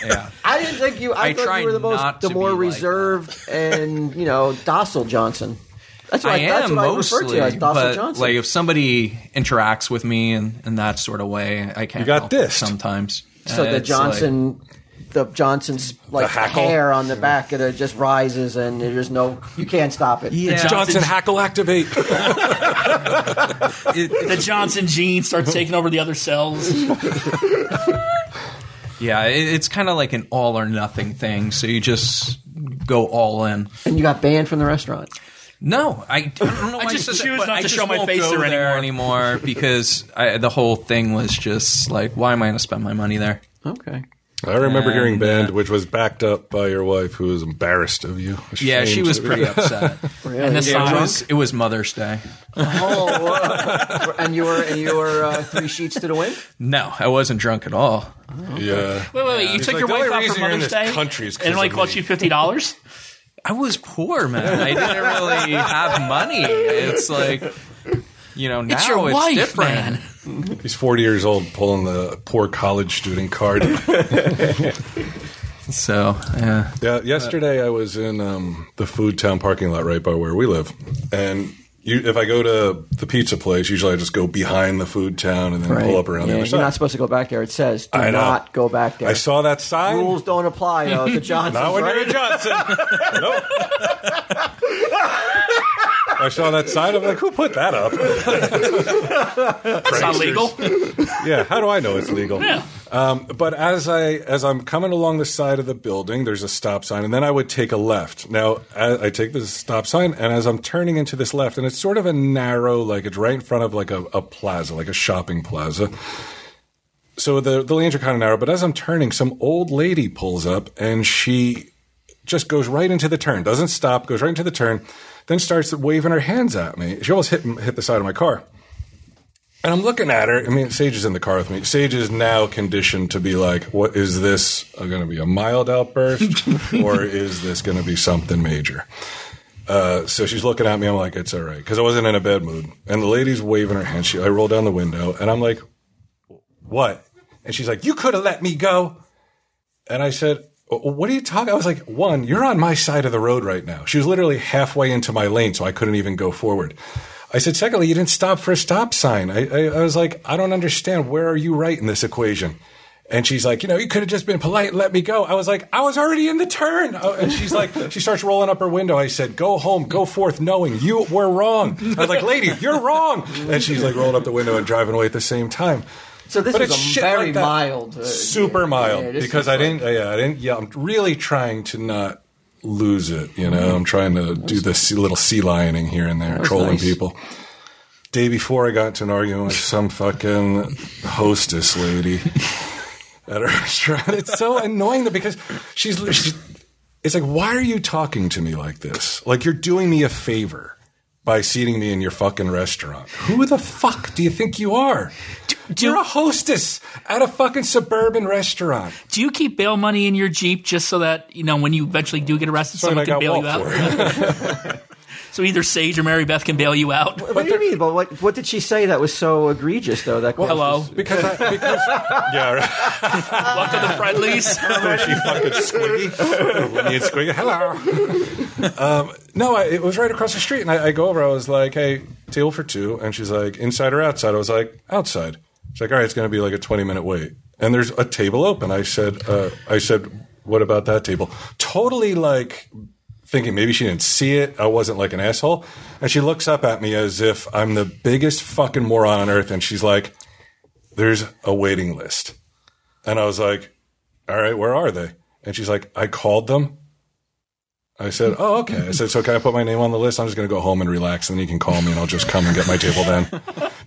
Speaker 2: yeah.
Speaker 1: I didn't think you. I,
Speaker 2: I
Speaker 1: thought
Speaker 2: tried
Speaker 1: you were the most,
Speaker 2: not
Speaker 1: the
Speaker 2: to
Speaker 1: more
Speaker 2: be like
Speaker 1: reserved and you know docile Johnson. That's what I,
Speaker 2: I
Speaker 1: that's
Speaker 2: am
Speaker 1: what I refer
Speaker 2: mostly,
Speaker 1: to as docile
Speaker 2: but
Speaker 1: Johnson.
Speaker 2: like if somebody interacts with me in, in that sort of way, I can't.
Speaker 3: got
Speaker 2: help it
Speaker 3: dissed.
Speaker 2: sometimes.
Speaker 1: so the
Speaker 2: And it's like-
Speaker 1: Johnson, the Johnson's like
Speaker 3: hackle?
Speaker 1: hair on the back of it uh, just rises, and there's no you can't stop it.
Speaker 2: yeah,
Speaker 3: Johnson hackle activate.
Speaker 2: it- it-
Speaker 6: The Johnson gene starts taking over the other cells.
Speaker 2: yeah, it- it's kind of like an all or nothing thing. So you just go all in.
Speaker 1: And you got banned from the restaurant.
Speaker 2: No, I, I don't know. Why
Speaker 6: just
Speaker 2: said that,
Speaker 6: choose
Speaker 2: but
Speaker 6: not
Speaker 2: I
Speaker 6: to
Speaker 2: just
Speaker 6: show my
Speaker 2: won't
Speaker 6: face
Speaker 2: go
Speaker 6: there
Speaker 2: anymore, because I, the whole thing was just like, why am I going to spend my money there?
Speaker 1: Okay.
Speaker 3: I remember hearing
Speaker 2: And,
Speaker 1: uh,
Speaker 3: banned, which was backed up by your wife, who was embarrassed of you.
Speaker 2: Yeah, she
Speaker 3: Ashamed
Speaker 2: was
Speaker 3: of you.
Speaker 2: pretty upset.
Speaker 1: Really?
Speaker 6: this-
Speaker 2: It
Speaker 6: Drunk?
Speaker 2: was it was Mother's Day.
Speaker 1: oh, uh, and you were and you were uh, three sheets to the wind.
Speaker 2: No, I wasn't drunk at all.
Speaker 3: Yeah.
Speaker 6: Wait, wait, wait! You took
Speaker 3: like,
Speaker 6: your
Speaker 3: the
Speaker 6: wife
Speaker 3: only
Speaker 6: out
Speaker 3: reason
Speaker 6: for
Speaker 3: you're in
Speaker 6: Mother's
Speaker 3: this
Speaker 6: Day,
Speaker 3: country is
Speaker 6: and it
Speaker 3: 'cause
Speaker 6: only
Speaker 3: of
Speaker 6: cost
Speaker 3: me.
Speaker 6: you fifty dollars.
Speaker 2: I was poor, man. I didn't really have money. It's like, you know, now
Speaker 6: It's
Speaker 2: it's,
Speaker 6: your wife,
Speaker 2: different.
Speaker 6: man.
Speaker 3: He's 40 years old pulling the poor college student card.
Speaker 2: So, yeah.
Speaker 3: yeah, yesterday I was in um, the Food Town parking lot right by where we live. And you, if I go to the pizza place, usually I just go behind the Food Town and then pull up
Speaker 1: Yeah,
Speaker 3: around the
Speaker 1: you're
Speaker 3: other side.
Speaker 1: not supposed to go back there. It says do
Speaker 3: I know.
Speaker 1: not go back there.
Speaker 3: I saw that sign.
Speaker 1: Rules don't apply though. It's a Johnson.
Speaker 3: Not when you're in Johnson. nope. I saw that sign. I'm like, who put that up?
Speaker 6: It's not legal.
Speaker 3: yeah, how do I know it's legal?
Speaker 6: Yeah.
Speaker 3: Um, but as I as I'm coming along the side of the building, there's a stop sign, and then I would take a left. Now I, I take this stop sign, and as I'm turning into this left, and it's sort of a narrow, like it's right in front of like a, a plaza, like a shopping plaza. So the the lanes are kind of narrow, but as I'm turning, some old lady pulls up, and she just goes right into the turn, doesn't stop, goes right into the turn, then starts waving her hands at me. She almost hit hit the side of my car. And I'm looking at her. I mean, Sage is in the car with me. Sage is now conditioned to be like, what is this going to be a mild outburst or is this going to be something major? Uh, so she's looking at me. I'm like, it's all right. Because I wasn't in a bad mood. And the lady's waving her hand. She, I roll down the window and I'm like, what? And she's like, you could have let me go. And I said, "W- what are you talking? I was like, one, you're on my side of the road right now. She was literally halfway into my lane, so I couldn't even go forward. I said, secondly, you didn't stop for a stop sign. I, I, I was like, I don't understand. Where are you right in this equation? And she's like, you know, you could have just been polite and let me go. I was like, I was already in the turn. Oh, And she's like, she starts rolling up her window. I said, go home, go forth, knowing you were wrong. I was like, lady, you're wrong. And she's like rolling up the window and driving away at the same time.
Speaker 1: So this
Speaker 3: But
Speaker 1: is
Speaker 3: it's
Speaker 1: a
Speaker 3: shit
Speaker 1: very
Speaker 3: like that.
Speaker 1: mild, uh,
Speaker 3: super
Speaker 1: yeah,
Speaker 3: mild
Speaker 1: yeah, this
Speaker 3: because
Speaker 1: is
Speaker 3: I
Speaker 1: like-
Speaker 3: didn't. Yeah, I didn't. Yeah, I'm really trying to not lose it. You know, I'm trying to do this sea- little sea lioning here and there, trolling
Speaker 1: nice.
Speaker 3: people. Day before, I got into an argument with some fucking hostess lady at a restaurant. It's so annoying that because she's, she's it's like, why are you talking to me like this? Like you're doing me a favor by seating me in your fucking restaurant. Who the fuck do you think you are? You're a hostess at a fucking suburban restaurant.
Speaker 6: Do you keep bail money in your Jeep just so that, you know, when you eventually do get arrested,
Speaker 3: Sorry,
Speaker 6: someone
Speaker 3: I
Speaker 6: can
Speaker 3: got
Speaker 6: bail
Speaker 3: walked
Speaker 6: you
Speaker 3: for
Speaker 6: out?
Speaker 3: it.
Speaker 6: So either Sage or Mary Beth can bail you out.
Speaker 1: What do you mean? But what what did she say that was so egregious though? That caused
Speaker 6: Hello.
Speaker 1: this-
Speaker 3: because I, because yeah, right.
Speaker 6: Welcome to the friendlies.
Speaker 3: when Oh, she fucking squiggy. When you squiggy, hello. Um, no, I, it was right across the street, and I, I go over. I was like, "Hey, table for two. and she's like, "Inside or outside?" I was like, "Outside." She's like, "All right, it's going to be like a twenty-minute wait." And there's a table open. I said, uh, "I said, what about that table?" Totally like thinking maybe she didn't see it. I wasn't like an asshole. And she looks up at me as if I'm the biggest fucking moron on earth. And she's like, "There's a waiting list." And I was like, all right, where are they? And she's like, I called them. I said, oh, okay. I said, so can I put my name on the list? I'm just going to go home and relax, and then you can call me, and I'll just come and get my table then.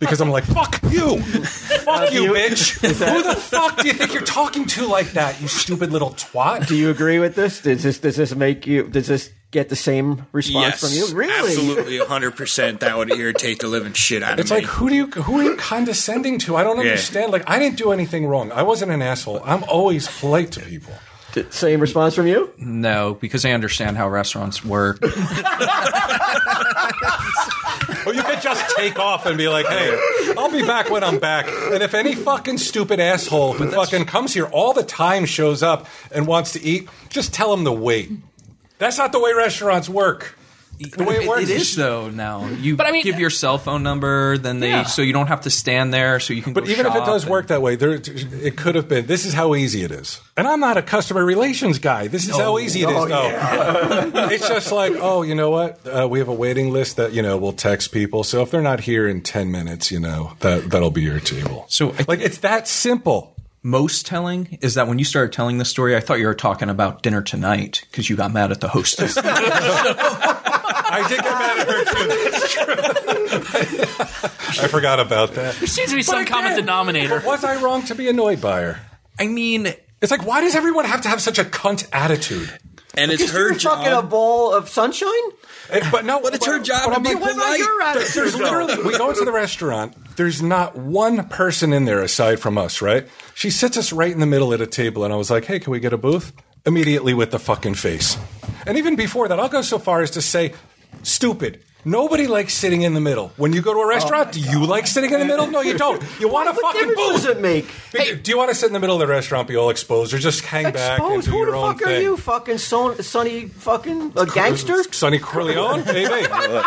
Speaker 3: Because I'm like, fuck you. Fuck you, bitch. Who the fuck do you think you're talking to like that, you stupid little twat?
Speaker 1: Do you agree with this? Does this does this make you? Does this get the same response
Speaker 4: yes,
Speaker 1: from you? Really?
Speaker 4: absolutely, hundred percent. That would irritate the living shit out of
Speaker 3: It's
Speaker 4: me.
Speaker 3: like, who do you who are you condescending to? I don't understand. Like, I didn't do anything wrong. I wasn't an asshole. I'm always polite to people.
Speaker 1: D- Same response from you?
Speaker 2: No, because I understand how restaurants work.
Speaker 3: Or you could just take off and be like, hey, I'll be back when I'm back. And if any fucking stupid asshole who fucking comes here all the time shows up and wants to eat, just tell him to wait. That's not the way restaurants work. The way it works
Speaker 2: it is though now. You
Speaker 6: But I mean-
Speaker 2: give your cell phone number, then they
Speaker 6: Yeah.
Speaker 2: so you don't have to stand there, so you can.
Speaker 3: But
Speaker 2: go
Speaker 3: even if it
Speaker 2: shop
Speaker 3: does
Speaker 2: and-
Speaker 3: work that way, there it could have been. This is how easy it is, and I'm not a customer relations guy. This is how easy it is, though. it's just like, oh, you know what? Uh, we have a waiting list that you know we'll text people. So if they're not here in ten minutes, you know that that'll be your table.
Speaker 2: So I-
Speaker 3: like, it's that simple.
Speaker 2: most telling is that when you started telling the story, I thought you were talking about dinner tonight because you got mad at the hostess.
Speaker 3: I did get mad at her too. That's true. I forgot about that.
Speaker 6: There seems to be some common denominator.
Speaker 3: Was I wrong to be annoyed by her?
Speaker 2: I mean,
Speaker 3: It's like, why does everyone have to have such a cunt attitude?
Speaker 4: and it's her
Speaker 1: You're fucking a
Speaker 4: job.
Speaker 1: ball of sunshine?
Speaker 3: Eh, But no, but
Speaker 4: it's her job to
Speaker 3: I'm
Speaker 4: be
Speaker 1: What about
Speaker 4: polite.
Speaker 1: your
Speaker 3: There-
Speaker 1: attitude?
Speaker 3: there's
Speaker 1: though?
Speaker 3: literally we go into the restaurant there's not one person in there aside from us right she sits us right in the middle at a table and i was like hey can we get a booth immediately with the fucking face and even before that i'll go so far as to say stupid Nobody likes sitting in the middle. When you go to a restaurant, do you like sitting in the middle? No, you don't. You want a
Speaker 1: What
Speaker 3: fucking
Speaker 1: difference
Speaker 3: booth.
Speaker 1: does it make?
Speaker 3: Be- Do you want to sit in the middle of the restaurant, be all exposed, or just hang back and
Speaker 1: Exposed?
Speaker 3: do
Speaker 1: Who
Speaker 3: your
Speaker 1: the
Speaker 3: own
Speaker 1: fuck are
Speaker 3: thing?
Speaker 1: you? Fucking son- Sonny fucking a gangster?
Speaker 3: Sonny Corleone, baby.
Speaker 6: I,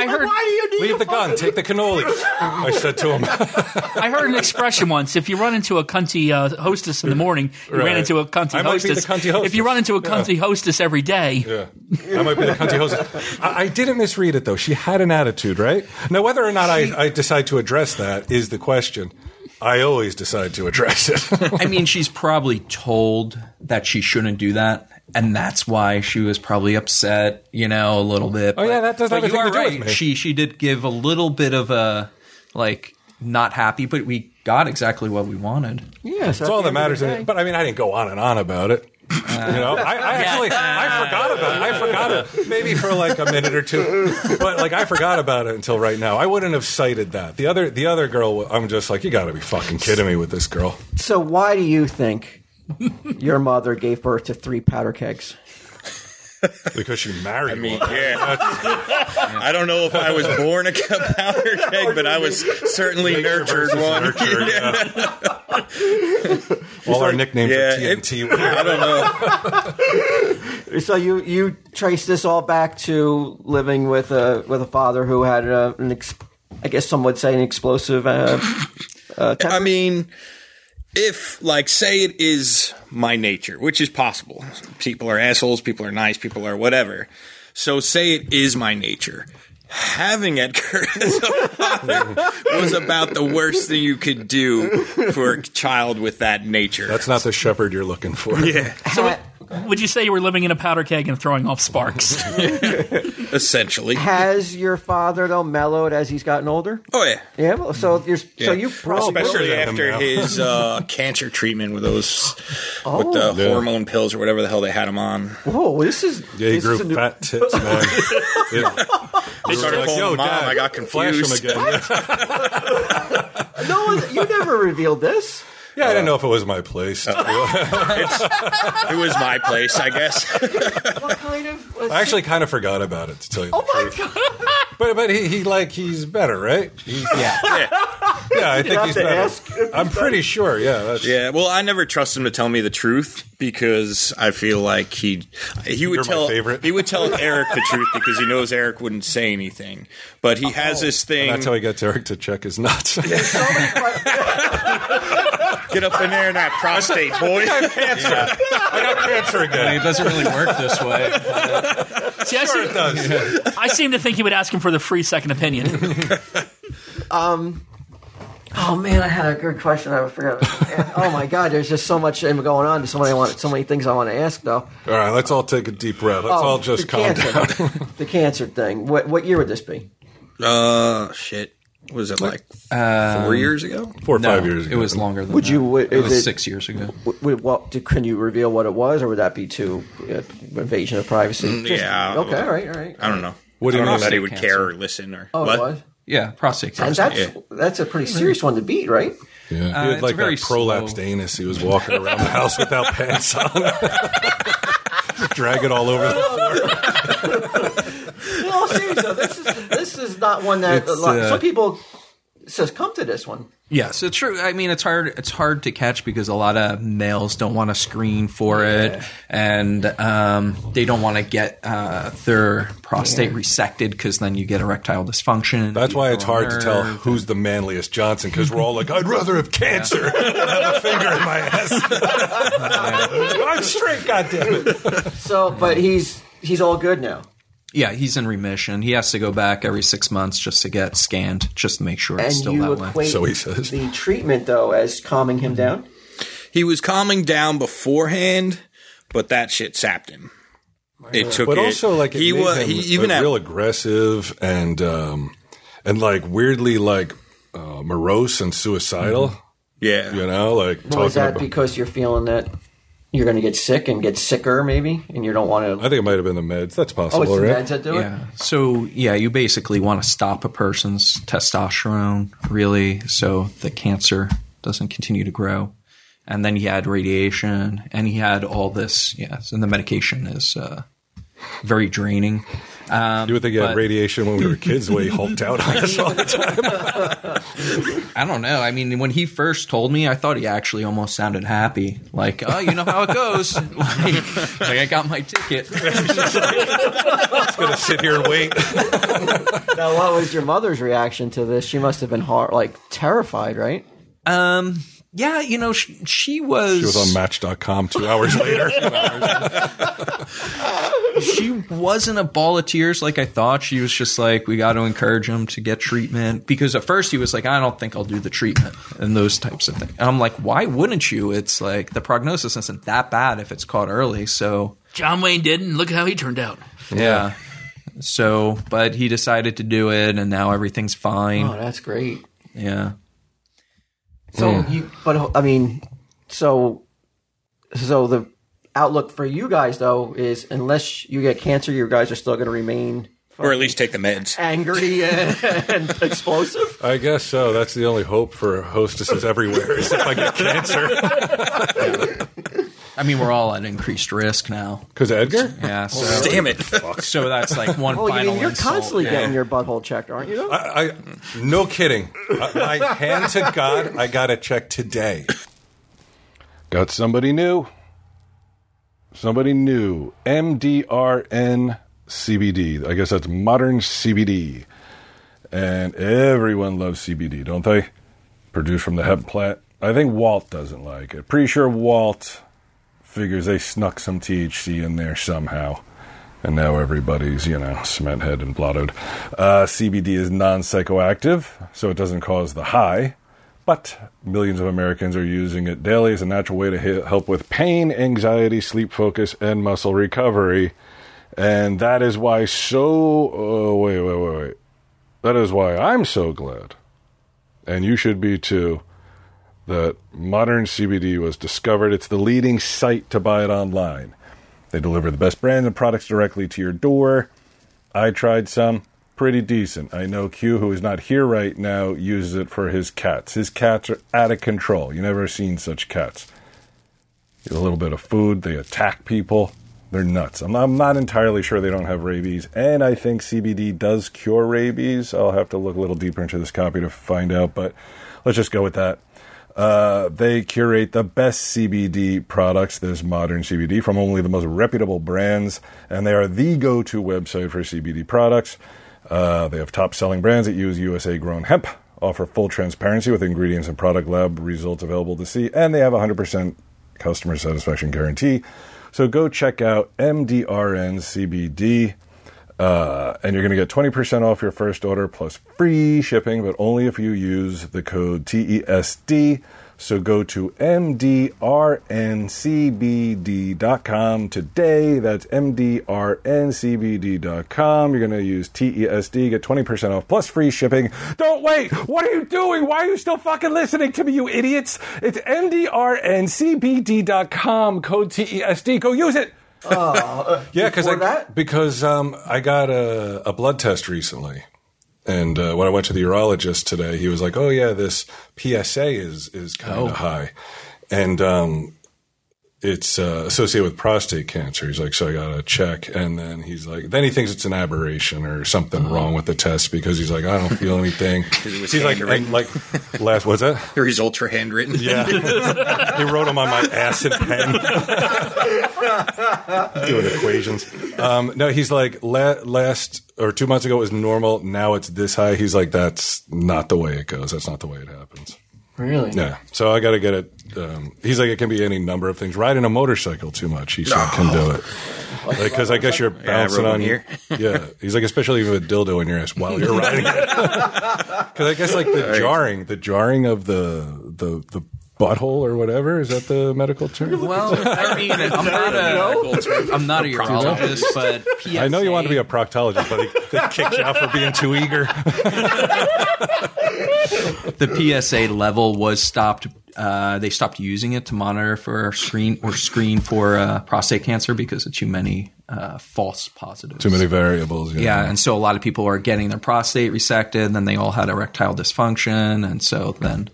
Speaker 6: I heard
Speaker 1: Why do you need
Speaker 3: Leave
Speaker 1: a
Speaker 3: the gun,
Speaker 1: fucking-
Speaker 3: take the cannoli. I said to him.
Speaker 6: I heard an expression once. If you run into a cunty uh, hostess in the morning, you
Speaker 3: Right.
Speaker 6: ran into a cunty
Speaker 3: I might
Speaker 6: hostess.
Speaker 3: be the cunty hostess.
Speaker 6: If you run into a cunty hostess every day,
Speaker 3: Yeah, that might be the cunty hostess. I, I didn't misread it though. She had an attitude, right? Now, whether or not I, I decide to address that is the question. I always decide to address it.
Speaker 2: I mean, she's probably told that she shouldn't do that, and that's why she was probably upset, you know, a little bit. Oh
Speaker 3: yeah, that doesn't have
Speaker 2: but you
Speaker 3: anything
Speaker 2: are
Speaker 3: to do
Speaker 2: right.
Speaker 3: with me.
Speaker 2: She she did give a little bit of a like not happy, but we got exactly what we wanted.
Speaker 1: Yes,
Speaker 3: That's all that matters. But I mean, I didn't go on and on about it. you know, I, I actually I forgot about it. I forgot it maybe for like a minute or two, but like I forgot about it until right now. I wouldn't have cited that. The other the other girl, I'm just like, you got to be fucking kidding me with this girl.
Speaker 1: So why do you think your mother gave birth to three powder kegs?
Speaker 3: Because she married
Speaker 4: I mean,
Speaker 3: one.
Speaker 4: yeah. I don't know if I was born a cup powder keg, but I was certainly nurtured one.
Speaker 3: Nurture, yeah. All our nicknames
Speaker 4: Yeah,
Speaker 3: are
Speaker 4: it-
Speaker 3: TNT.
Speaker 4: I don't know.
Speaker 1: So you you trace this all back to living with a with a father who had a, an ex, I guess some would say an explosive. Uh, uh, temper.
Speaker 4: I mean, if like say it is my nature, which is possible. People are assholes, people are nice, people are whatever. So say it is my nature. Having Edgar as a father was about the worst thing you could do for a child with that nature.
Speaker 3: That's not the shepherd you're looking for. Yeah.
Speaker 6: so would you say you were living in a powder keg and throwing off sparks?
Speaker 4: essentially.
Speaker 1: has your father though mellowed as he's gotten older?
Speaker 4: Oh yeah.
Speaker 1: Yeah. Well, so you're so you probably
Speaker 4: especially
Speaker 3: Willie had them
Speaker 4: after
Speaker 3: now.
Speaker 4: his uh, cancer treatment with those with
Speaker 1: Oh.
Speaker 4: the hormone pills or whatever the hell they had him on.
Speaker 1: Whoa, this is
Speaker 3: Yeah, he
Speaker 1: this is
Speaker 3: grew
Speaker 1: a new-
Speaker 3: fat tits, man. Yeah.
Speaker 4: They started
Speaker 3: Like,
Speaker 4: calling
Speaker 3: yo,
Speaker 4: him mom.
Speaker 3: Dad,
Speaker 4: I got
Speaker 3: Flash him
Speaker 4: confused.
Speaker 3: again. Yeah.
Speaker 1: No, one- you never revealed this.
Speaker 3: Yeah, I didn't know if it was my place. I
Speaker 4: It was my place, I guess.
Speaker 1: What kind of?
Speaker 3: actually kind of forgot about it, to tell you the
Speaker 1: Oh my
Speaker 3: truth.
Speaker 1: god!
Speaker 3: But, but he, he, like, he's better, right? He's, yeah.
Speaker 4: yeah.
Speaker 3: Yeah, I think
Speaker 1: have
Speaker 3: he's
Speaker 1: to
Speaker 3: better.
Speaker 1: ask if
Speaker 3: I'm pretty sure, yeah. That's,
Speaker 4: Yeah, well, I never trust him to tell me the truth because I feel like he he would
Speaker 3: You're my
Speaker 4: tell
Speaker 3: favorite.
Speaker 4: he would tell Eric the truth because he knows Eric wouldn't say anything. But he has this
Speaker 3: Oh, And
Speaker 4: thing.
Speaker 3: that's how he gets Eric to check his nuts.
Speaker 4: Get up in there and that prostate, boy.
Speaker 3: I got cancer
Speaker 2: I mean,
Speaker 3: again.
Speaker 2: it doesn't really work this way.
Speaker 6: See, I, seem,
Speaker 3: It does.
Speaker 6: I seem to think he would ask him for the free second opinion.
Speaker 1: Oh man, I had a good question. I forgot. oh my god, there's just so much going on. There's so many, I want, so many things I want to ask though.
Speaker 3: All right, let's all take a deep breath. Let's
Speaker 1: Oh,
Speaker 3: all just
Speaker 1: the
Speaker 3: calm down.
Speaker 1: cancer, the cancer thing. What what year would this be?
Speaker 4: Uh, shit. What Was it like four years ago?
Speaker 3: um, Four or
Speaker 2: No,
Speaker 3: five years ago.
Speaker 2: It was longer than
Speaker 1: Would
Speaker 2: that.
Speaker 1: you- would-
Speaker 2: it
Speaker 1: is
Speaker 2: was
Speaker 1: it-
Speaker 2: six years ago.
Speaker 1: Would, would, what, can you reveal what it was, or would that be too uh, invasion of privacy? Just-
Speaker 4: Mm, yeah.
Speaker 1: Okay. All right. All right.
Speaker 4: I don't know.
Speaker 3: What do
Speaker 4: I
Speaker 3: you
Speaker 4: don't know if
Speaker 3: mean?
Speaker 4: anybody would
Speaker 2: Prostate
Speaker 4: care
Speaker 2: cancer.
Speaker 4: or listen or
Speaker 1: Oh,
Speaker 4: what?
Speaker 1: it was.
Speaker 2: Yeah, prostate
Speaker 1: And
Speaker 2: cancer.
Speaker 1: that's that's a pretty serious one to beat, right?
Speaker 3: Yeah. He
Speaker 2: it's
Speaker 3: had
Speaker 2: a
Speaker 3: like
Speaker 2: very
Speaker 3: that prolapsed
Speaker 2: slow-
Speaker 3: anus. He was walking around the house without pants on. Drag it all over the floor.
Speaker 1: In all seriousness, though, this is this is not one that a
Speaker 2: It's,
Speaker 1: lot,
Speaker 2: uh,
Speaker 1: some people succumb to this one.
Speaker 2: Yes, it's true. I mean, it's hard. It's hard to catch because a lot of males don't want to screen for it, and um, they don't want to get uh, their prostate resected because then you get erectile dysfunction.
Speaker 3: That's why it's hard to tell
Speaker 2: Nerve.
Speaker 3: who's the manliest Johnson because we're all like, I'd rather have cancer than have a finger in my ass. I'm straight, goddammit.
Speaker 1: So, but he's he's all good now.
Speaker 2: Yeah, he's in remission. He has to go back every six months just to get scanned, just to make sure
Speaker 1: And
Speaker 2: it's still
Speaker 1: you
Speaker 2: that way.
Speaker 1: equate
Speaker 3: So he says.
Speaker 1: the treatment though as calming him down.
Speaker 4: He was calming down beforehand, but that shit sapped him. It took.
Speaker 3: But
Speaker 4: it-
Speaker 3: also, like, it
Speaker 4: he
Speaker 3: made
Speaker 4: was
Speaker 3: him
Speaker 4: he, even
Speaker 3: like,
Speaker 4: at
Speaker 3: real aggressive and um, and like weirdly like uh, morose and suicidal.
Speaker 4: yeah.
Speaker 3: You know, like
Speaker 1: Or is
Speaker 3: talking
Speaker 1: that
Speaker 3: about.
Speaker 1: because you're feeling that you're going to get sick and get sicker maybe, and you don't want
Speaker 3: I
Speaker 1: to?
Speaker 3: think it might have been the meds. That's
Speaker 1: Oh,
Speaker 3: possible,
Speaker 1: it's the
Speaker 3: right?
Speaker 1: meds that do it.
Speaker 2: Yeah. So yeah, you basically want to stop a person's testosterone, really, so the cancer doesn't continue to grow. And then he had radiation, and he had all this. Yes, and the medication is uh, very draining.
Speaker 3: You would think he had
Speaker 2: But-
Speaker 3: radiation when we were kids, the way he hulked out on us all the time.
Speaker 2: I don't know. I mean, when he first told me, I thought he actually almost sounded happy. Like, oh, you know how it goes. like, like, I got my ticket.
Speaker 3: Gonna sit here and wait.
Speaker 1: Now, what was your mother's reaction to this? She must have been hard, like terrified, right?
Speaker 2: Um, yeah, you know, she, she was.
Speaker 3: She was on Match.com two hours later.
Speaker 2: she wasn't a ball of tears like I thought. She was just like, we got to encourage him to get treatment because at first he was like, I don't think I'll do the treatment and those types of things. And I'm like, why wouldn't you? It's like the prognosis isn't that bad if it's caught early. So
Speaker 6: John Wayne didn't. Look at how he turned out.
Speaker 2: yeah. So, but he decided to do it, and now everything's fine.
Speaker 1: Oh, that's great.
Speaker 2: Yeah.
Speaker 1: So
Speaker 3: Hmm.
Speaker 1: you, but I mean, so so the outlook for you guys though is unless you get cancer, you guys are still going to remain
Speaker 4: Or at least take the meds.
Speaker 1: angry and, and explosive.
Speaker 3: I guess so. That's the only hope for hostesses everywhere is if I get cancer.
Speaker 2: I mean, we're all at increased risk now.
Speaker 3: Because Edgar?
Speaker 2: Yeah. So,
Speaker 4: Damn it.
Speaker 2: so that's like one
Speaker 1: Well, I
Speaker 2: final
Speaker 1: mean, you're
Speaker 2: insult.
Speaker 1: constantly
Speaker 2: Yeah.
Speaker 1: getting your butthole checked, aren't you? though?
Speaker 3: I, I, no kidding. I, my hand to God, I got a check today. Got somebody new. Somebody new. MDRN CBD. I guess that's modern CBD. And everyone loves CBD, don't they? Produced from the hemp plant. I think Walt doesn't like it. Pretty sure Walt figures they snuck some THC in there somehow. And now everybody's, you know, cement head and blotted. Uh, CBD is non psychoactive, so it doesn't cause the high, but millions of Americans are using it daily as a natural way to he- help with pain, anxiety, sleep focus, and muscle recovery. And that is why so. Oh, wait, wait, wait, wait. That is why I'm so glad, and you should be too, that modern CBD was discovered. It's the leading site to buy it online. They deliver the best brands and products directly to your door. I tried some, pretty decent. I know Q, who is not here right now, uses it for his cats. His cats are out of control. You never seen such cats. Get a little bit of food, they attack people. They're nuts. I'm not, I'm not entirely sure they don't have rabies, and I think CBD does cure rabies. I'll have to look a little deeper into this copy to find out, but let's just go with that. Uh, they curate the best CBD products, this modern CBD, from only the most reputable brands, and they are the go to website for CBD products. Uh, they have top selling brands that use USA grown hemp, offer full transparency with ingredients and product lab results available to see, and they have 100% customer satisfaction guarantee. So go check out MDRN CBD. Uh, and you're going to get 20% off your first order plus free shipping, but only if you use the code TESD. So go to mdrncbd.com today. That's mdrncbd.com. You're going to use TESD, get 20% off plus free shipping. Don't wait. What are you doing? Why are you still fucking listening to me, you idiots? It's mdrncbd.com, code TESD. Go use it. Yeah, because I
Speaker 1: Before that?
Speaker 3: because um, I got a, a blood test recently, and uh, when I went to the urologist today, he was like, "Oh yeah, this PSA is is kind
Speaker 4: Oh.
Speaker 3: of high, and um, it's uh, associated with prostate cancer." He's like, "So I got to check," and then he's like, "Then he thinks it's an aberration or something wrong with the test because he's like, I don't feel anything."
Speaker 4: Oh. it was
Speaker 3: he's like,
Speaker 4: handwritten.
Speaker 3: and, "Like last was that?"
Speaker 4: Or he's ultra handwritten.
Speaker 3: Yeah. he wrote them on my acid pen. Doing equations. Um, no, he's like, la- last or two months ago it was normal. Now it's this high. He's like, that's not the way it goes. That's not the way it happens.
Speaker 1: Really?
Speaker 3: Yeah. So I got to get it. Um, he's like, it can be any number of things. Riding a motorcycle too much, he said, can do it. Because I guess you're bouncing
Speaker 4: rode
Speaker 3: on
Speaker 4: one here.
Speaker 3: yeah. He's like, especially if you have a dildo in your ass while you're riding it. Because I guess like the jarring, the jarring of the the the butthole or whatever is that the medical term?
Speaker 2: Well, I mean, I'm not a, I'm not a urologist, but PSA,
Speaker 3: I know you want to be a proctologist, but they, they kicked you out for being too eager.
Speaker 2: the PSA level was stopped. Uh, they stopped using it to monitor for screen or screen for uh, prostate cancer because of too many uh, false positives.
Speaker 3: Too many variables. you
Speaker 2: Yeah,
Speaker 3: know.
Speaker 2: and so a lot of people are getting their prostate resected, and then they all had erectile dysfunction, and so then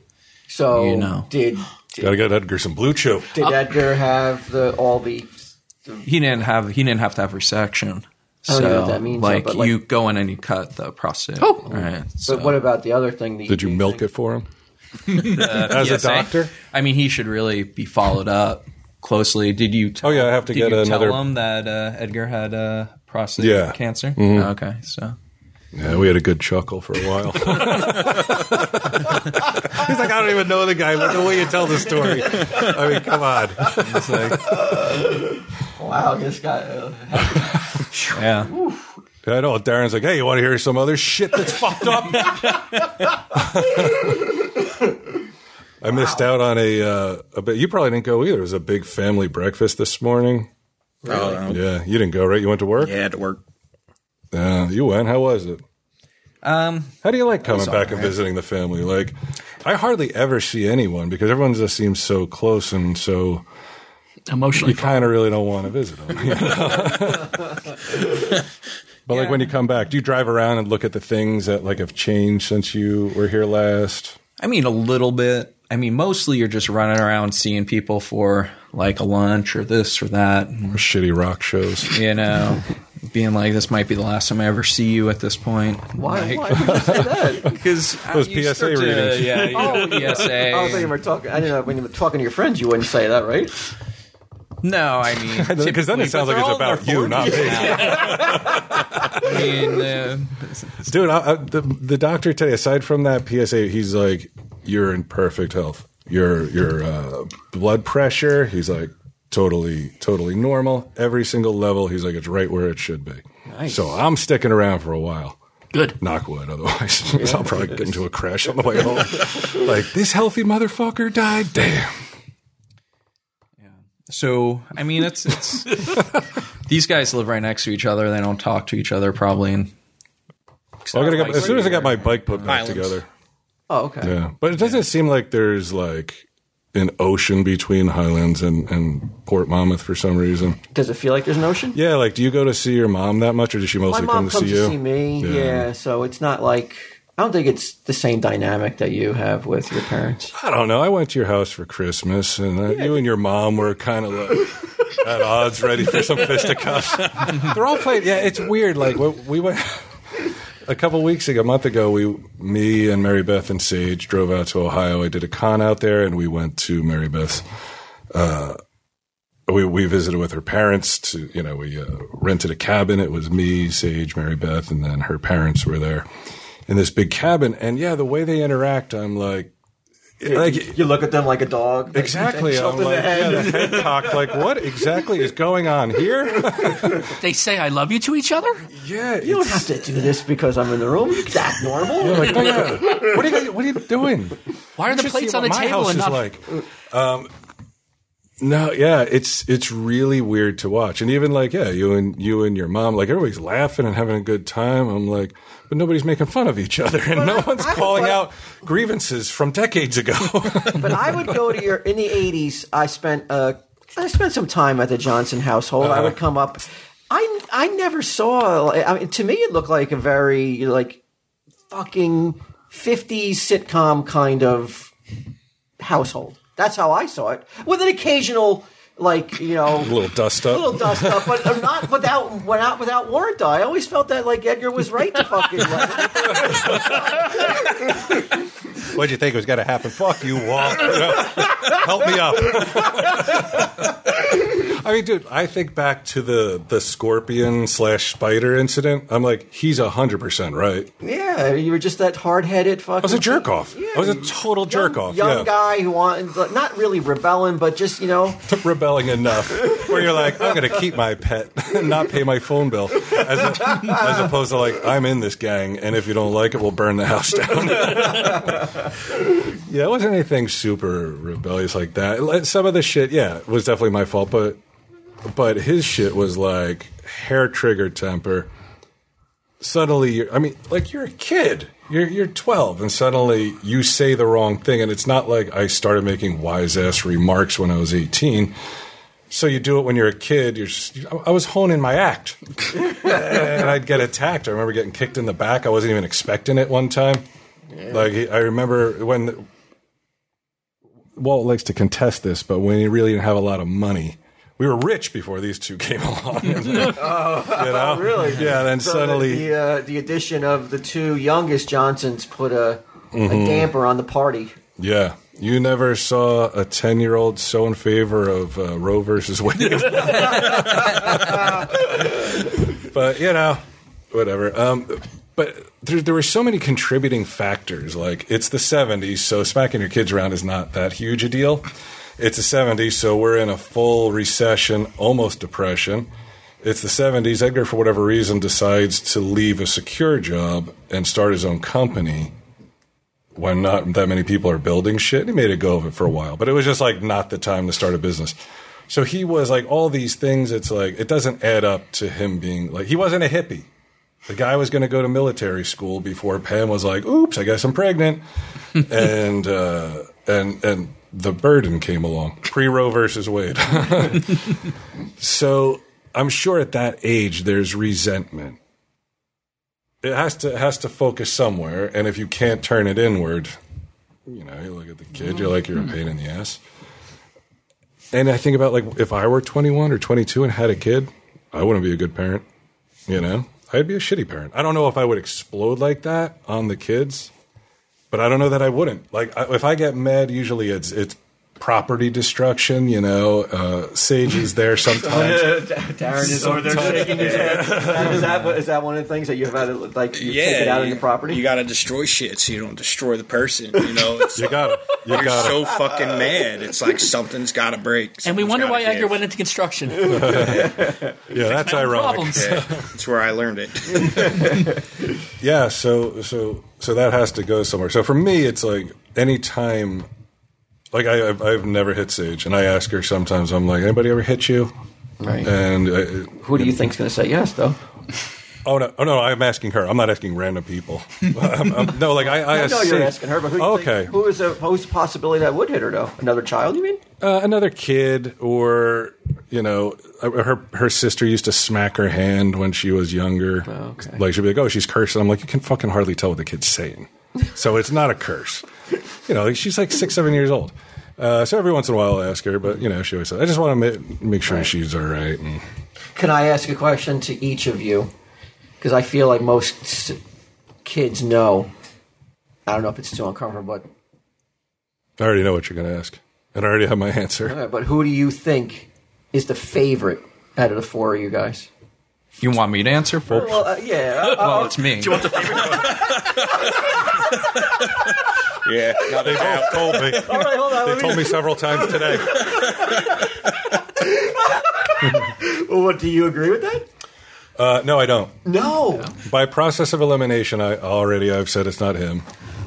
Speaker 1: So
Speaker 2: You know. Uh,
Speaker 1: did
Speaker 3: Gotta get Edgar some blue chew.
Speaker 1: did Edgar have the all the?
Speaker 2: he didn't have he didn't have to have resection.
Speaker 1: I
Speaker 2: So
Speaker 1: don't know what that means, though,
Speaker 2: like,
Speaker 1: but, like-
Speaker 2: you go in and you cut the prostate. Oh, right.
Speaker 1: But what about the other thing? The
Speaker 3: Did you milk it for him? As a
Speaker 2: PSA?
Speaker 3: doctor,
Speaker 2: I mean, he should really be followed up closely. Did you? Tell,
Speaker 3: Oh, yeah, I have to
Speaker 2: did
Speaker 3: get
Speaker 2: you
Speaker 3: another-
Speaker 2: Tell him that uh, Edgar had uh, prostate
Speaker 3: Yeah. Mm-hmm.
Speaker 2: cancer. Okay, so
Speaker 3: yeah, we had a good chuckle for a while. He's like, I don't even know the guy. Look the way you tell the story. I mean, come on. It's like,
Speaker 1: Wow, this guy. Uh,
Speaker 2: yeah,
Speaker 3: I know Darren's like, hey, you want to hear some other shit that's fucked up? I missed out on a, uh, a bit. You probably didn't go either. It was a big family breakfast this morning.
Speaker 4: Oh, no.
Speaker 3: Yeah, you didn't go, right? You went to work.
Speaker 4: yeah, it worked.
Speaker 3: Yeah, you went. How was it?
Speaker 2: um,
Speaker 3: How do you like coming back and visiting the family? Like, I hardly ever see anyone because everyone just seems so close and so
Speaker 6: Emotionally,
Speaker 3: you kind of really don't want to visit them. you know? but like when you come back, do you drive around and look at the things that like have changed since you were here last?
Speaker 2: I mean a little bit. I mean, mostly you're just running around seeing people for like a lunch or this or that,
Speaker 3: Or shitty rock shows.
Speaker 2: you know, being like, this might be the last time I ever see you at this point.
Speaker 1: why, why would you say that? Oh,
Speaker 2: Because
Speaker 3: Those PSA readings.
Speaker 2: yeah,
Speaker 1: I
Speaker 2: yeah.
Speaker 1: was thinking
Speaker 2: PSA.
Speaker 1: we were talking. I didn't know when you were talking to your friends, you wouldn't say that, right?
Speaker 2: No, I mean,
Speaker 3: Because then
Speaker 2: typically-
Speaker 3: it sounds
Speaker 2: but
Speaker 3: like
Speaker 2: they're all in their
Speaker 3: it's about you, not me.
Speaker 2: I mean, uh,
Speaker 3: Dude, I, I, the, the doctor today, aside from that PSA, he's like, you're in perfect health. Your your uh, blood pressure, he's like, totally totally normal. Every single level, he's like, it's right where it should be. So I'm sticking around for a while.
Speaker 6: good.
Speaker 3: Knock wood, otherwise I'll probably get into a crash on the way home. like this healthy motherfucker died. Damn.
Speaker 2: so I mean, it's it's these guys live right next to each other. They don't talk to each other probably. And
Speaker 3: I'm gonna get, as soon as I got my bike put back
Speaker 4: Islands.
Speaker 3: together.
Speaker 1: Oh, okay.
Speaker 3: Yeah, but it doesn't seem like there's like an ocean between Highlands and, and Port Monmouth for some reason.
Speaker 1: Does it feel like there's an ocean?
Speaker 3: Yeah, like do you go to see your mom that much, or does she
Speaker 1: My
Speaker 3: mostly
Speaker 1: mom
Speaker 3: come to
Speaker 1: comes
Speaker 3: see you?
Speaker 1: to see me. Yeah. so it's not like I don't think it's the same dynamic that you have with your parents.
Speaker 3: I don't know. I went to your house for Christmas, and uh, you and your mom were kind of like at odds, ready for some fisticuffs. They're all playing. Yeah, it's weird. Like we, we went a couple weeks ago, a month ago. We, me and Mary Beth and Sage drove out to Ohio. I did a con out there, and we went to Mary Beth's. Uh, we we visited with her parents. To you know, we uh, rented a cabin. It was me, Sage, Mary Beth, and then her parents were there in this big cabin. And yeah, the way they interact, I'm like like
Speaker 1: You look at them like a dog. Like,
Speaker 3: exactly.
Speaker 1: shoved
Speaker 3: I'm
Speaker 1: in the
Speaker 3: like, yeah,
Speaker 1: head.
Speaker 3: the head cocked, like what exactly is going on here?
Speaker 6: They say I love you to each other?
Speaker 3: yeah,
Speaker 1: You don't
Speaker 3: it's-
Speaker 1: have to do this because I'm in the room. It's that normal.
Speaker 3: I'm like, oh, yeah. what are you guys, what are you doing?
Speaker 6: Why are the
Speaker 3: should
Speaker 6: plates
Speaker 3: see
Speaker 6: on the
Speaker 3: what my
Speaker 6: table
Speaker 3: house
Speaker 6: and
Speaker 3: is
Speaker 6: not
Speaker 3: like. Um, no, yeah, it's it's really weird to watch, and even like yeah, you and you and your mom, like everybody's laughing and having a good time. I'm like, but nobody's making fun of each other, and no one's calling
Speaker 1: but-
Speaker 3: out grievances from decades ago.
Speaker 1: But I would go to your in the '80s. I spent uh, I spent some time at the Johnson household. I would come up. I I never saw. I mean, to me, it looked like a very like fucking '50s sitcom kind of household. That's how I saw it. With an occasional like you know
Speaker 3: a little dust up.
Speaker 1: little dust up, but uh, not without without without warrant. I always felt that like Edgar was right to fucking. Like,
Speaker 3: What'd you think was going to happen? Fuck you, Walt. You know, Help me up. I mean, dude, I think back to the the scorpion slash spider incident. I'm like, he's hundred percent right.
Speaker 1: yeah, you were just that hard headed fucking.
Speaker 3: I was a jerk off. I was a total jerk off.
Speaker 1: Young
Speaker 3: yeah.
Speaker 1: guy who wanted, not really rebelling, but just you know,
Speaker 3: Rebelling enough where you're like, I'm going to keep my pet and not pay my phone bill. As, as opposed to like, I'm in this gang, and if you don't like it, we'll burn the house down. yeah, it wasn't anything super rebellious like that. Like, Some of the shit, yeah, was definitely my fault, but but his shit was like hair trigger temper. Suddenly, you're, I mean, like you're a kid. You're you're 12, and suddenly you say the wrong thing, and it's not like I started making wise ass remarks when I was 18. So you do it when you're a kid. You're just, I was honing my act, and I'd get attacked. I remember getting kicked in the back. I wasn't even expecting it one time. Like he- I remember when Walt likes to contest this, but when he really didn't have a lot of money, we were rich before these two came along. oh,
Speaker 1: really,
Speaker 3: Yeah, then
Speaker 1: So the-
Speaker 3: suddenly,
Speaker 1: the uh, the addition of the two youngest Johnsons put a,
Speaker 3: Mm-hmm.
Speaker 1: a damper on the party.
Speaker 3: yeah, you never saw a ten-year-old so in favor of uh, Roe versus Wade. but you know, whatever. Um, but there, there were so many contributing factors. Like it's the '70s, so smacking your kids around is not that huge a deal. It's the '70s, so we're in a full recession, almost depression. It's the '70s. Edgar, for whatever reason, decides to leave a secure job and start his own company. When not that many people are building shit, he made a go of it for a while, but it was just like not the time to start a business. So he was like all these things. It's like it doesn't add up to him being like he wasn't a hippie. The guy was going to go to military school before Pam was like, "Oops, I guess I'm pregnant," and uh, and and the burden came along pre Roe versus Wade. so I'm sure at that age there's resentment. It has to it has to focus somewhere, and if you can't turn it inward, you know, you look at the kid, you're like you're a pain in the ass. And I think about like if I were 21 or 22 and had a kid, I wouldn't be a good parent. You know, I'd be a shitty parent. I don't know if I would explode like that on the kids, but I don't know that I wouldn't. Like I, if I get mad, usually it's it's property destruction. You know, uh, Sage is there sometimes.
Speaker 1: Darren is over there shaking his head. Is that, is that one of the things that you have had to, like you
Speaker 4: yeah,
Speaker 1: take it out on
Speaker 4: you-
Speaker 1: your property?
Speaker 4: You got to destroy shit so you don't destroy the person. You know, it's
Speaker 3: you got it. You
Speaker 4: you're
Speaker 3: got it.
Speaker 4: so fucking mad. It's like something's got to break.
Speaker 6: And we
Speaker 4: something's
Speaker 6: wonder
Speaker 4: gotta
Speaker 6: why
Speaker 4: give.
Speaker 6: Edgar went into construction.
Speaker 3: yeah, that's ironic.
Speaker 6: Problems.
Speaker 4: Yeah, that's where I learned it.
Speaker 3: yeah so so so that has to go somewhere so for me it's like any time like I, I've, I've never hit sage and i ask her sometimes i'm like anybody ever hit you
Speaker 1: Right.
Speaker 3: and I,
Speaker 1: Who do you think's going to say yes, though?
Speaker 3: oh no oh no i'm asking her i'm not asking random people I'm- I'm- no like i, I
Speaker 1: I
Speaker 3: ask
Speaker 1: know you're
Speaker 3: Sage-
Speaker 1: asking her, but who, do you think-
Speaker 3: okay
Speaker 1: who is a who's the possibility that would hit her though? Another child, you mean?
Speaker 3: uh, another kid or you know uh, her her sister used to smack her hand when she was younger
Speaker 1: okay.
Speaker 3: like she'd be like oh she's cursing i'm like you can fucking hardly tell what the kid's saying so it's not a curse you know like, she's like six seven years old uh, so every once in a while i'll ask her but you know she always says i just want to ma- make sure she's all right and
Speaker 1: Can I ask a question to each of you? Because I feel like most s- kids know. I don't know if it's too uncomfortable, but
Speaker 3: i already know what you're going to ask and i already have my answer
Speaker 1: all right, but who do you think is the favorite out of the four of you guys?
Speaker 2: You want me to answer first?
Speaker 1: Well, uh, yeah, uh,
Speaker 2: Well, it's me.
Speaker 4: you Yeah, now they
Speaker 3: They
Speaker 4: have.
Speaker 3: told me.
Speaker 1: All right, hold on.
Speaker 3: They
Speaker 1: Let me,
Speaker 3: told me several times today.
Speaker 1: what do you agree with that?
Speaker 3: Uh, no, I don't.
Speaker 1: No.
Speaker 3: By process of elimination, I already I've said it's not him.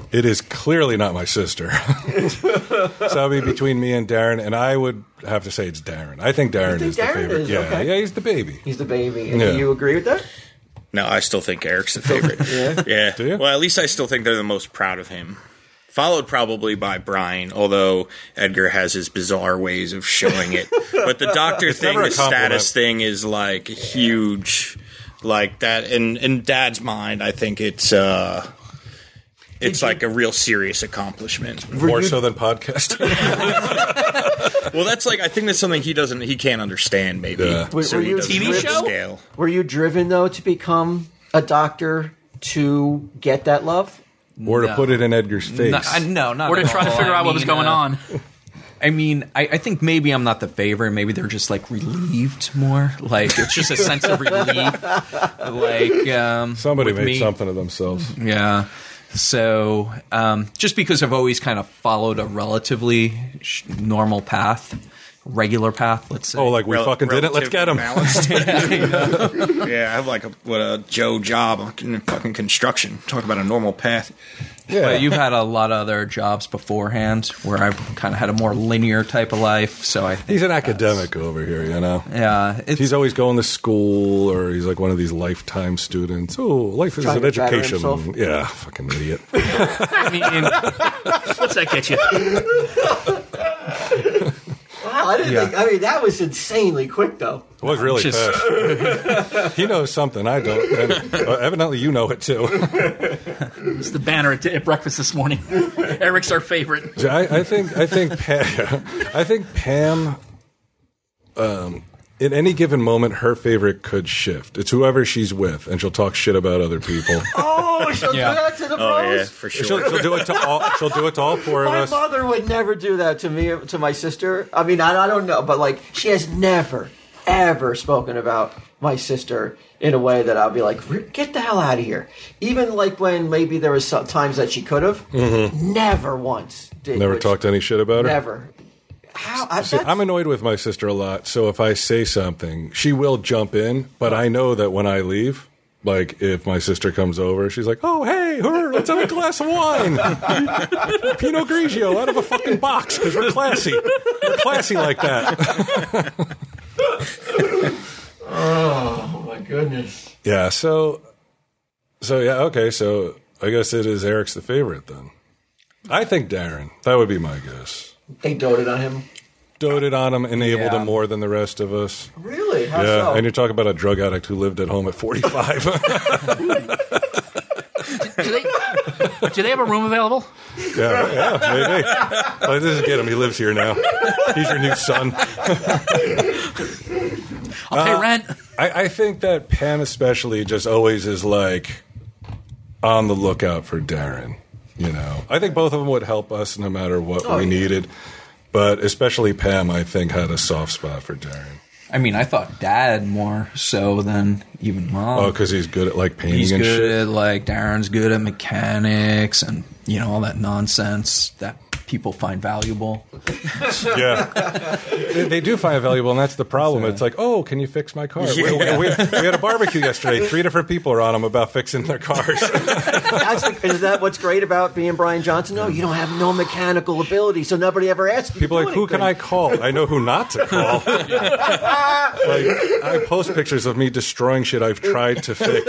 Speaker 3: It is clearly not my sister. so that'll be between me and Darren, and I would have to say it's Darren. I think Darren
Speaker 1: think
Speaker 3: is
Speaker 1: Darren
Speaker 3: the favorite.
Speaker 1: is?
Speaker 3: yeah,
Speaker 1: Okay.
Speaker 3: yeah, he's the baby.
Speaker 1: He's the baby. And
Speaker 3: Yeah.
Speaker 1: do you agree with that?
Speaker 4: No, I still think Eric's the favorite. yeah.
Speaker 3: you?
Speaker 4: Well, at least I still think they're the most proud of him. Followed probably by Brian, although Edgar has his bizarre ways of showing it. But the doctor thing,
Speaker 3: never a
Speaker 4: the status
Speaker 3: compliment.
Speaker 4: thing is like huge. Like that in in dad's mind, I think it's uh it's like a real serious accomplishment.
Speaker 3: More so than podcast.
Speaker 4: Well, that's like I think that's something he doesn't he can't understand maybe.
Speaker 3: Yeah.
Speaker 1: Were- were
Speaker 4: he
Speaker 1: you
Speaker 4: doesn't
Speaker 1: TV
Speaker 4: really
Speaker 6: show?
Speaker 4: scale.
Speaker 1: Were you driven though to become a doctor to get that love?
Speaker 3: or to
Speaker 2: No.
Speaker 3: put it in Edgar's face.
Speaker 2: No, I- no, not
Speaker 6: Or to
Speaker 2: at
Speaker 3: Oh,
Speaker 6: try to
Speaker 2: all.
Speaker 6: figure
Speaker 2: I
Speaker 6: out what was
Speaker 2: mean,
Speaker 6: going
Speaker 2: uh,
Speaker 6: on.
Speaker 2: I mean, I, I think maybe I'm not the favorite. Maybe they're just like relieved more. Like it's just a sense of relief. Like um,
Speaker 3: Somebody
Speaker 2: with
Speaker 3: made
Speaker 2: me.
Speaker 3: something of themselves.
Speaker 2: Yeah. So um, just because I've always kind of followed a relatively sh- normal path, regular path, let's say.
Speaker 3: Oh, like we
Speaker 4: Rel-
Speaker 3: fucking did it. Let's get him.
Speaker 4: relatively balanced. yeah, I have like a, what a Joe job in fucking construction. Talk about a normal path.
Speaker 3: Yeah,
Speaker 2: But you've had a lot of other jobs beforehand where I've kind of had a more linear type of life. So I think
Speaker 3: he's an academic over here. You know.
Speaker 2: yeah, it's
Speaker 3: He's always going to school, or he's like one of these lifetime students. Oh, life is
Speaker 1: Trying
Speaker 3: an
Speaker 1: to better
Speaker 3: education.
Speaker 1: himself.
Speaker 3: Yeah, fucking idiot.
Speaker 6: I mean, what's that get you?
Speaker 1: Wow, I didn't
Speaker 2: Yeah.
Speaker 1: think. I mean, that was insanely quick though.
Speaker 3: It was really
Speaker 2: Just-
Speaker 3: fast. he knows something I don't. And uh, evidently, you know it too.
Speaker 6: It's the banner at, at breakfast this morning. Eric's our favorite.
Speaker 3: I, I think. I think. Pam, I think Pam. Um, in any given moment, her favorite could shift. It's whoever she's with, and she'll talk shit about other people.
Speaker 1: Oh, she'll
Speaker 2: Yeah.
Speaker 1: do that to the
Speaker 4: Oh
Speaker 1: pros.
Speaker 4: yeah, for
Speaker 3: she'll,
Speaker 4: sure.
Speaker 3: she'll do it to all. She'll do it to all four of
Speaker 1: My
Speaker 3: us.
Speaker 1: mother would never do that to me to my sister. I mean, I, I don't know, but like she has never ever spoken about my sister in a way that I'll be like, "Re- get the hell out of here. Even like when maybe there was some times that she could have, never once did.
Speaker 3: Mm-hmm. Never
Speaker 1: which-
Speaker 3: talked any shit about her.
Speaker 1: Never. How? I,
Speaker 3: See,
Speaker 1: that's-
Speaker 3: I'm annoyed with my sister a lot, so if I say something, she will jump in, but I know that when I leave, like if my sister comes over, she's like, "Oh, hey, her, let's have a glass of wine, Pinot Grigio out of a fucking box because we're classy, we're classy like that."
Speaker 1: oh my goodness.
Speaker 3: yeah. So, so yeah, okay. So I guess it is Eric's the favorite then. I think Darren. That would be my guess.
Speaker 1: They doted on him.
Speaker 3: Doted on him, enabled
Speaker 2: Yeah.
Speaker 3: him more than the rest of us.
Speaker 1: Really? How
Speaker 3: Yeah,
Speaker 1: so?
Speaker 3: and you're talking about a drug addict who lived at home at 45.
Speaker 6: Do they, do they have a room available?
Speaker 3: yeah, yeah, maybe. Well, this is get him. He lives here now. He's your new son.
Speaker 6: I'll
Speaker 3: Uh,
Speaker 6: pay rent.
Speaker 3: I, I think that Pam especially just always is like on the lookout for Darren. You know, I think both of them would help us no matter what
Speaker 1: Oh,
Speaker 3: we
Speaker 1: yeah.
Speaker 3: needed, but especially Pam, I think, had a soft spot for Darren.
Speaker 2: I mean, I thought dad more so than even mom.
Speaker 3: Oh, because he's good at like painting
Speaker 2: He's
Speaker 3: and
Speaker 2: good
Speaker 3: shit.
Speaker 2: at like Darren's good at mechanics and you know all that nonsense that people find valuable.
Speaker 3: Yeah, they, they do find it valuable, and that's the problem. It's like, oh, can you fix my car? We- We, we- we had a barbecue yesterday. Three different people are on them about fixing their cars.
Speaker 1: That's the, is that what's great about being Brian Johnson? No, you don't have no mechanical ability, so nobody ever asks you.
Speaker 3: People
Speaker 1: to
Speaker 3: are
Speaker 1: do
Speaker 3: like, who can I
Speaker 1: anything."
Speaker 3: call? I know who not to call. like, I post pictures of me destroying shit I've tried to fix.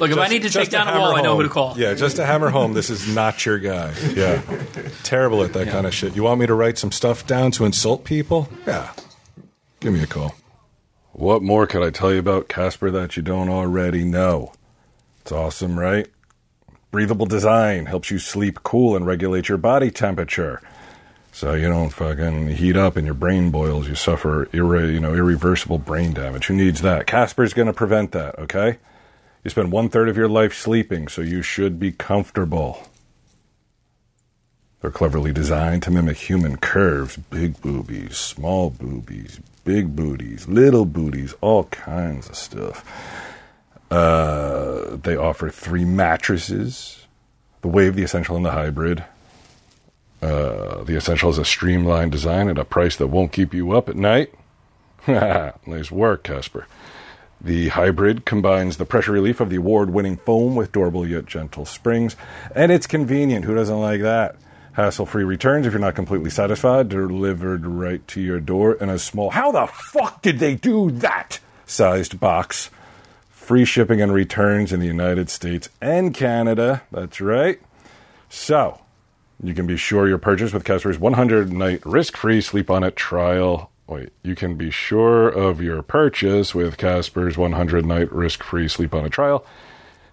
Speaker 6: Look, if I need to take
Speaker 3: Just
Speaker 6: down a
Speaker 3: hammer
Speaker 6: wall, I know
Speaker 3: home.
Speaker 6: who to call.
Speaker 3: Yeah, just to hammer home, this is not your guy. Yeah. Terrible at that kind of shit. You want me to write some stuff down to insult people? Yeah. Give me a call. What more could I tell you about Casper that you don't already know? It's awesome, right? Breathable design helps you sleep cool and regulate your body temperature. So you don't fucking heat up and your brain boils. You suffer irre- you know irreversible brain damage. Who needs that? Casper's going to prevent that. Okay. You spend one third of your life sleeping, so you should be comfortable. They're cleverly designed to mimic human curves, big boobies, small boobies, big booties, little booties, all kinds of stuff. Uh, they offer three mattresses the Wave, the Essential, and the Hybrid. Uh, the Essential is a streamlined design at a price that won't keep you up at night. nice work, Casper. The hybrid combines the pressure relief of the award winning foam with durable yet gentle springs, and it's convenient. Who doesn't like that? Hassle free returns if you're not completely satisfied, delivered right to your door in a small. How the fuck did they do that? sized box. Free shipping and returns in the United States and Canada. That's right. So, you can be sure your purchase with Casper's 100 night risk free sleep on it trial. Wait, you can be sure of your purchase with Casper's 100 night risk free sleep on it trial.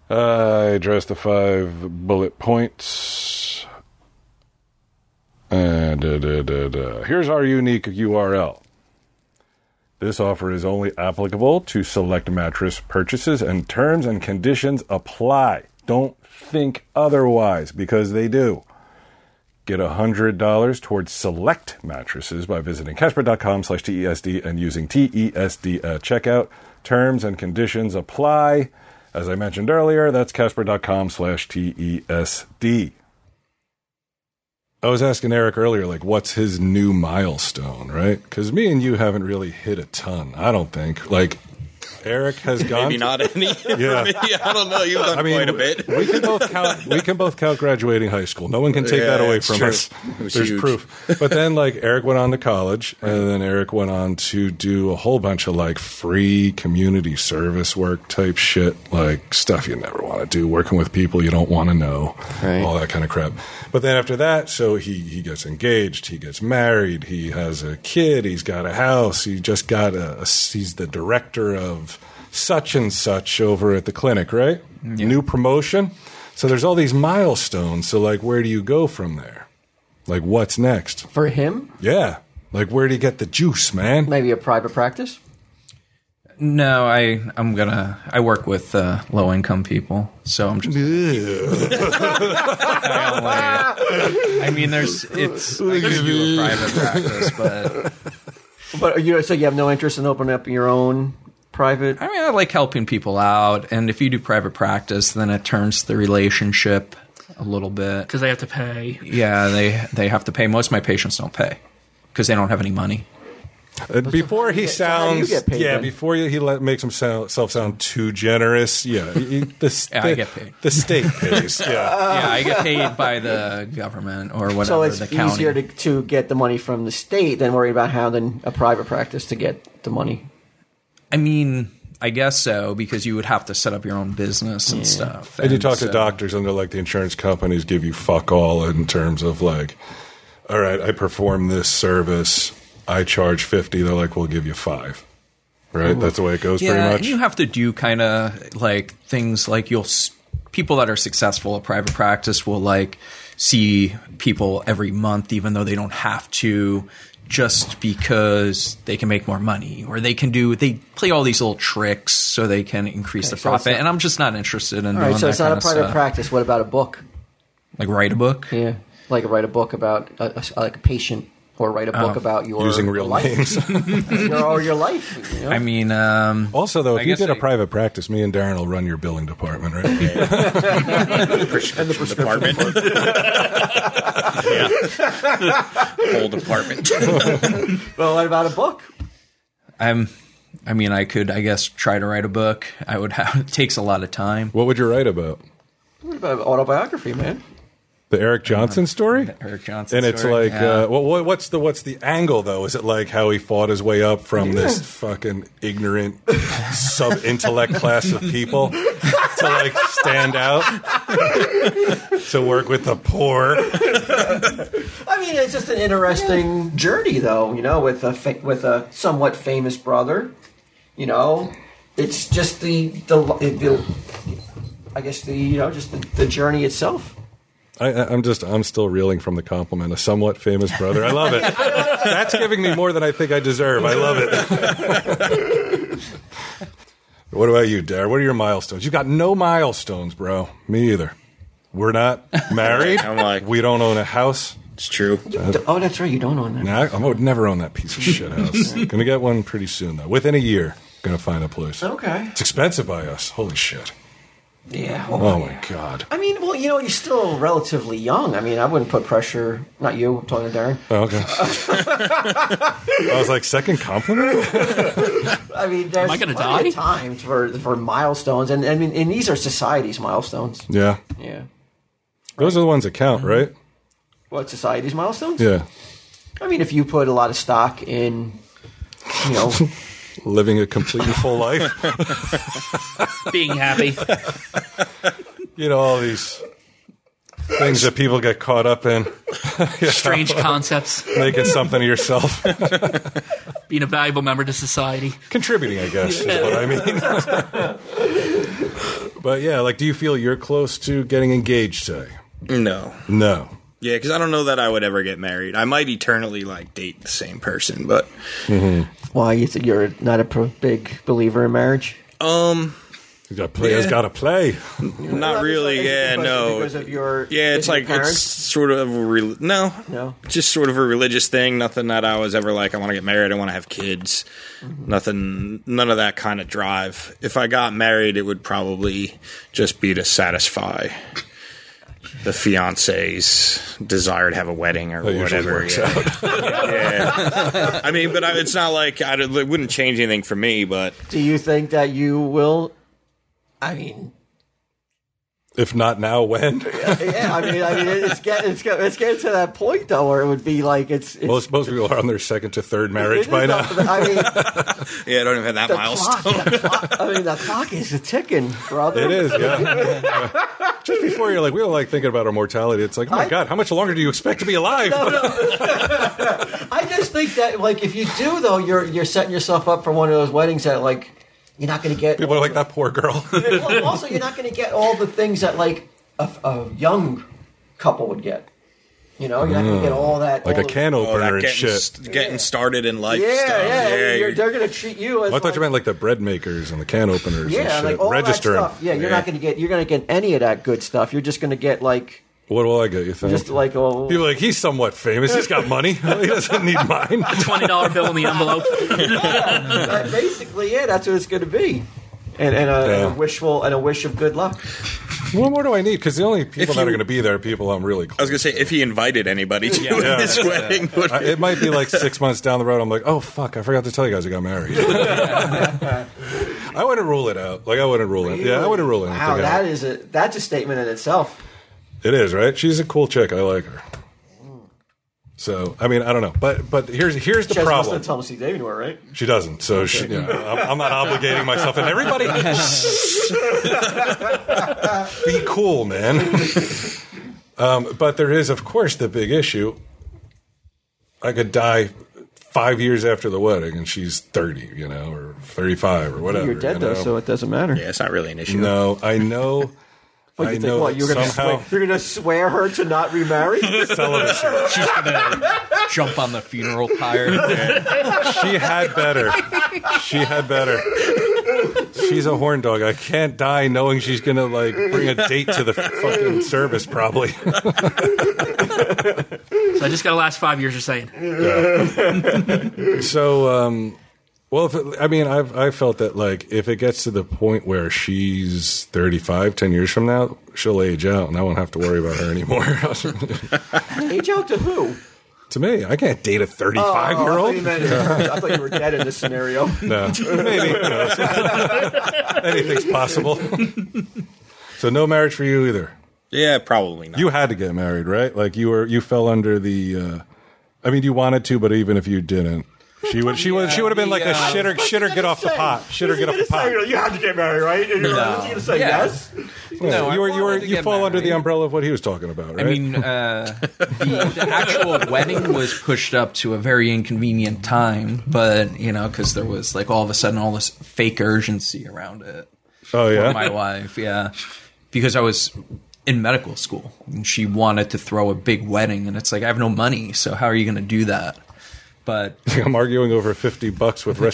Speaker 3: Uh, I address the five bullet points. And da, da, da, da. here's our unique URL. This offer is only applicable to select mattress purchases, and terms and conditions apply. Don't think otherwise because they do. Get $100 towards select mattresses by visiting casper.com slash TESD and using E TESD at uh, checkout. Terms and conditions apply. As I mentioned earlier, that's casper.com slash TESD. I was asking Eric earlier, like, what's his new milestone, right? Because me and you haven't really hit a ton, I don't think. Like, Eric has gone.
Speaker 4: Maybe not any.
Speaker 3: Yeah.
Speaker 4: yeah. I don't know. You've done
Speaker 3: I mean,
Speaker 4: quite a bit.
Speaker 3: we can both count. We can both count graduating high school. No one can take
Speaker 4: Yeah,
Speaker 3: that away
Speaker 4: it's
Speaker 3: from
Speaker 4: true.
Speaker 3: us.
Speaker 4: It was
Speaker 3: There's
Speaker 4: huge.
Speaker 3: proof. But then, like Eric went on to college, and then Eric went on to do a whole bunch of like free community service work type shit, like stuff you never want to do, working with people you don't want to know,
Speaker 1: Right.
Speaker 3: all that kind of crap. But then after that, so he he gets engaged, he gets married, he has a kid, he's got a house, he just got a, a- he's the director of such and such over at the clinic, right? New promotion. So there's all these milestones. So like, where do you go from there? Like, what's next?
Speaker 1: For him,
Speaker 3: Yeah. Like, where do you get the juice, man?
Speaker 1: maybe a private practice.
Speaker 2: No, I I'm gonna I work with uh, low income people, so I'm just. I, don't like it. I mean, there's it's I could do a private practice, but
Speaker 1: But you so you have no interest in opening up your own private.
Speaker 2: I mean, I like helping people out, and if you do private practice, then it turns the relationship a little bit.
Speaker 6: because they have to pay.
Speaker 2: Yeah, they they have to pay. Most of my patients don't pay because they don't have any money.
Speaker 3: Uh, before
Speaker 1: how do
Speaker 3: he
Speaker 1: you
Speaker 3: sounds,
Speaker 1: get paid,
Speaker 3: yeah,
Speaker 1: then?
Speaker 3: before he he let, makes himself sound too generous, yeah, he- the,
Speaker 2: Yeah, I get paid.
Speaker 3: the state pays, yeah.
Speaker 2: yeah, I get paid by the government or whatever.
Speaker 1: So it's
Speaker 2: the county.
Speaker 1: easier to, to get the money from the state than worry about how then a private practice to get the money.
Speaker 2: I mean, I guess so because you would have to set up your own business and stuff.
Speaker 3: And you talk to
Speaker 2: so-
Speaker 3: doctors, and they're like, the insurance companies give you fuck all in terms of like, all right, I perform this service, I charge fifty, they're like, we'll give you five, right? That's the way it goes,
Speaker 2: Yeah,
Speaker 3: pretty
Speaker 2: and
Speaker 3: much.
Speaker 2: you have to do kind of like things like you'll s- people that are successful at private practice will like see people every month, even though they don't have to, just because they can make more money or they can do they play all these little tricks so they can increase
Speaker 1: so
Speaker 2: the
Speaker 1: it's
Speaker 2: profit.
Speaker 1: not-
Speaker 2: and I'm just not interested in
Speaker 1: All right,
Speaker 2: doing
Speaker 1: so
Speaker 2: that
Speaker 1: it's not a
Speaker 2: kinda
Speaker 1: private
Speaker 2: stuff.
Speaker 1: practice. What about a book?
Speaker 2: Like write a book.
Speaker 1: Yeah, like write a book about a, a- like a patient, or write a book
Speaker 2: Oh,
Speaker 1: about your
Speaker 3: Using real
Speaker 1: life.
Speaker 3: names.
Speaker 1: your, or your life. You know?
Speaker 2: I mean, um,
Speaker 3: also, though,
Speaker 2: I
Speaker 3: if you
Speaker 2: guess
Speaker 3: did a
Speaker 2: I-
Speaker 3: private practice, me and Darren will run your billing department, right?
Speaker 4: and the department. yeah. Whole department.
Speaker 1: well, what about a book?
Speaker 2: I'm. I mean, I could, I guess, try to write a book. I would have. It takes a lot of time.
Speaker 3: What would you write about?
Speaker 1: What about an autobiography, man?
Speaker 3: The Eric Johnson story?
Speaker 2: Eric Johnson.
Speaker 3: And it's
Speaker 2: story,
Speaker 3: like,
Speaker 2: yeah.
Speaker 3: uh, well, what- what's the what's the angle though? Is it like how he fought his way up from this fucking ignorant sub intellect class of people to like stand out, to work with the poor?
Speaker 1: I mean, it's just an interesting journey, though. You know, with a fa- with a somewhat famous brother. You know, it's just the the, the I guess the you know just the, the journey itself.
Speaker 3: I, I- I'm just I'm still reeling from the compliment. A somewhat famous brother. I love it. That's giving me more than I think I deserve. I love it. what about you, Dare? What are your milestones? You got no milestones, bro. Me either. We're not married.
Speaker 4: I'm like-
Speaker 3: we don't own a house.
Speaker 4: It's true.
Speaker 1: oh, that's right. You don't own that.
Speaker 3: Nah, I, I would never own that piece of shit house. Gonna get one pretty soon though. Within a year, gonna find a place.
Speaker 1: Okay.
Speaker 3: It's expensive by us. Holy shit.
Speaker 1: Yeah.
Speaker 3: Oh my god.
Speaker 1: I mean, well, you know, you're still relatively young. I mean, I wouldn't put pressure. Not you, I'm talking to Darren.
Speaker 3: Oh, okay. I was like, second compliment.
Speaker 1: I mean, there's
Speaker 6: Am I gonna
Speaker 1: plenty of
Speaker 6: die?
Speaker 1: time for for milestones, and I mean, and these are society's milestones.
Speaker 3: Yeah,
Speaker 1: Yeah.
Speaker 3: those are the ones that count,
Speaker 1: Mm-hmm.
Speaker 3: right?
Speaker 1: What society's milestones?
Speaker 3: Yeah,
Speaker 1: I mean, if you put a lot of stock in, you know,
Speaker 3: living a complete and full life.
Speaker 6: Being happy.
Speaker 3: You know all these things that people get caught up in,
Speaker 6: Strange concepts.
Speaker 3: making something of yourself,
Speaker 6: Being a valuable member to society.
Speaker 3: contributing. I guess is what I mean. but yeah, like, do you feel you're close to getting engaged today?
Speaker 4: No.
Speaker 3: No.
Speaker 4: Yeah, because I don't know that I would ever get married. I might eternally like date the same person, but
Speaker 1: why you th- you're not a pro- big believer in marriage?
Speaker 4: um,
Speaker 3: You got players got to play.
Speaker 4: not really. Yeah,
Speaker 1: Because-
Speaker 4: no.
Speaker 1: Because of your
Speaker 4: Yeah, it's
Speaker 1: your
Speaker 4: like it's
Speaker 1: parents?
Speaker 4: sort of a re- no,
Speaker 1: No?
Speaker 4: just sort of a religious thing. Nothing that I was ever like. I want to get married. I want to have kids.
Speaker 1: Mm-hmm.
Speaker 4: Nothing, none of that kind of drive. If I got married, it would probably just be to satisfy the fiance's desire to have a wedding or
Speaker 3: That usually
Speaker 4: whatever.
Speaker 3: works
Speaker 4: yeah. Yeah. I mean, but I, it's not like I, don't- it wouldn't change anything for me. But
Speaker 1: Do you think that you will? I mean,
Speaker 3: If not now, when?
Speaker 1: yeah, I mean, I mean, it's getting it's getting it's getting to that point though where it would be like it's. it's
Speaker 3: Most most people are on their second to third marriage
Speaker 1: it
Speaker 3: by
Speaker 1: is
Speaker 3: now.
Speaker 1: the- I mean,
Speaker 4: yeah, I don't even have that
Speaker 1: the
Speaker 4: milestone.
Speaker 1: clock, the clock. I mean, the clock is ticking, brother.
Speaker 3: It is, yeah. Just before you're like, we were like thinking about our mortality. It's like, oh my
Speaker 1: I-
Speaker 3: god, how much longer do you expect to be alive?
Speaker 1: I just think that like if you do though, you're you're setting yourself up for one of those weddings that like you're not going to get.
Speaker 3: People are like that poor girl.
Speaker 1: Well, also, you're not going to get all the things that like a, a young couple would get. You know, you're not going to get all that.
Speaker 3: Mm. like
Speaker 1: all
Speaker 3: a
Speaker 1: the-
Speaker 3: can
Speaker 4: Oh, that
Speaker 3: opener and
Speaker 4: getting,
Speaker 3: shit.
Speaker 4: st- getting started in life
Speaker 1: Yeah,
Speaker 4: stuff.
Speaker 1: yeah. you're-
Speaker 4: you're-
Speaker 1: they're going to treat you as.
Speaker 3: I thought
Speaker 1: like,
Speaker 3: you meant like the bread makers and the can openers and
Speaker 1: yeah,
Speaker 3: shit.
Speaker 1: like all
Speaker 3: Registering.
Speaker 1: that stuff. Yeah, you're not going to get. You're going to get any of that good stuff. You're just going to get like
Speaker 3: What will I get? You think?
Speaker 1: just like oh.
Speaker 3: People are like he's somewhat famous. He's got money. he doesn't need mine.
Speaker 6: Twenty dollar bill in the envelope.
Speaker 1: that- basically, yeah, that's what it's going to be. And, and, a, and
Speaker 3: Yeah.
Speaker 1: a wishful and a wish of good luck.
Speaker 3: what more do I need? Because the only people that
Speaker 4: you-
Speaker 3: are going to be there are people I'm really
Speaker 4: I
Speaker 3: close.
Speaker 4: was gonna say if he invited anybody to
Speaker 3: Yeah.
Speaker 4: his wedding, but
Speaker 3: I- it might be like six months down the road. I'm like, oh fuck, I forgot to tell you guys I got married. I wouldn't rule it out. Like I wouldn't rule it. Yeah, I wouldn't rule anything
Speaker 1: Wow,
Speaker 3: out.
Speaker 1: that is a that's a statement in itself.
Speaker 3: It is right. She's a cool chick. I like her. So I mean, I don't know, but but here's here's the
Speaker 1: She has less
Speaker 3: problem.
Speaker 1: than Thomas C. David were, right?
Speaker 3: She doesn't. So she, yeah, I'm, I'm not obligating myself. And everybody, be cool, man. Um, but there is, of course, the big issue. I could die five years after the wedding, and she's 30, you know, or 35, or whatever.
Speaker 1: You're dead
Speaker 3: you
Speaker 1: though,
Speaker 3: know?
Speaker 1: so it doesn't matter.
Speaker 4: yeah, it's not really an issue.
Speaker 3: no, I know.
Speaker 1: What,
Speaker 3: I
Speaker 1: you
Speaker 3: know
Speaker 1: think, what,
Speaker 3: that
Speaker 1: you're gonna
Speaker 3: somehow
Speaker 1: swear, you're gonna swear her to not remarry?
Speaker 3: celibacy.
Speaker 2: She's gonna jump on the funeral pyre.
Speaker 3: She had better. She had better. She's a horn dog. I can't die knowing she's gonna like bring a date to the fucking service. Probably.
Speaker 6: So I just got to last five years. You're saying
Speaker 3: So, um, well, if it, I mean, I've I felt that like if it gets to the point where she's 35, 10 years from now, she'll age out, and I won't have to worry about her anymore.
Speaker 1: Age out to who?
Speaker 3: to me, I can't date a 35 year
Speaker 1: Oh, I thought,
Speaker 3: old.
Speaker 1: you meant- I thought you were dead in this scenario.
Speaker 3: No, maybe. who knows? Anything's possible. so, no marriage for you either.
Speaker 4: Yeah, probably not.
Speaker 3: You had to get married, right? Like you were, you fell under the. Uh, I mean, you wanted to, but even if you didn't, she would, she would, she would have been like a
Speaker 2: Yeah.
Speaker 3: shitter, shitter, get off the pot, shitter, get off the pot.
Speaker 1: you have to get married, right? And you're
Speaker 2: No.
Speaker 1: like, what's he gonna say
Speaker 2: Yeah.
Speaker 1: yes?
Speaker 2: No, I
Speaker 3: you were, you were,
Speaker 2: wanted to
Speaker 3: you
Speaker 2: get
Speaker 3: fall under the
Speaker 2: married.
Speaker 3: umbrella of what he was talking about,
Speaker 2: I
Speaker 3: right?
Speaker 2: mean, uh, the, the actual wedding was pushed up to a very inconvenient time, but you know, because there was like all of a sudden all this fake urgency around it.
Speaker 3: oh yeah,
Speaker 2: for my wife, yeah. Because I was in medical school and she wanted to throw a big wedding and it's like I have no money, so how are you going to do that? But
Speaker 3: I'm arguing over fifty bucks with
Speaker 2: yeah, I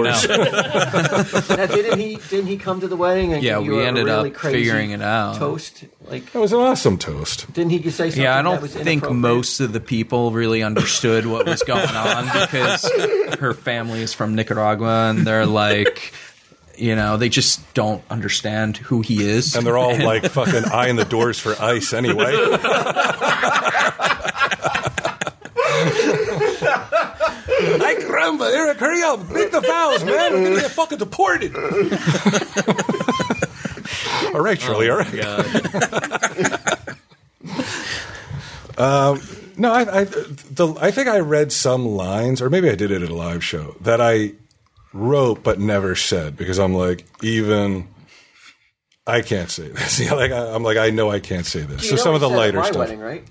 Speaker 3: restaurateurs.
Speaker 2: know.
Speaker 1: Now, didn't he didn't he come to the wedding and
Speaker 2: Yeah,
Speaker 1: give you
Speaker 2: we
Speaker 1: a
Speaker 2: ended
Speaker 1: really
Speaker 2: up
Speaker 1: crazy
Speaker 2: figuring it out.
Speaker 1: Toast? Like
Speaker 3: that was an awesome toast.
Speaker 1: didn't he say something?
Speaker 2: yeah, I
Speaker 1: that
Speaker 2: don't
Speaker 1: was
Speaker 2: think
Speaker 1: inappropriate?
Speaker 2: most of the people really understood what was going on because her family is from Nicaragua and they're like You know, they just don't understand who he is.
Speaker 3: And they're all like fucking eyeing the doors for ice anyway. I grumble, Eric, hurry up. Make the vows, man. We're going to get fucking deported. all right, Shirley, all right. No, I, I, the, I think I read some lines, or maybe I did it at a live show that I wrote but never said because I'm like, even I can't say this. You know, like I, I'm like, I know I can't say this. so
Speaker 1: You know
Speaker 3: some
Speaker 1: what
Speaker 3: of the
Speaker 1: he said at
Speaker 3: lighter
Speaker 1: my
Speaker 3: stuff.
Speaker 1: Wedding, right?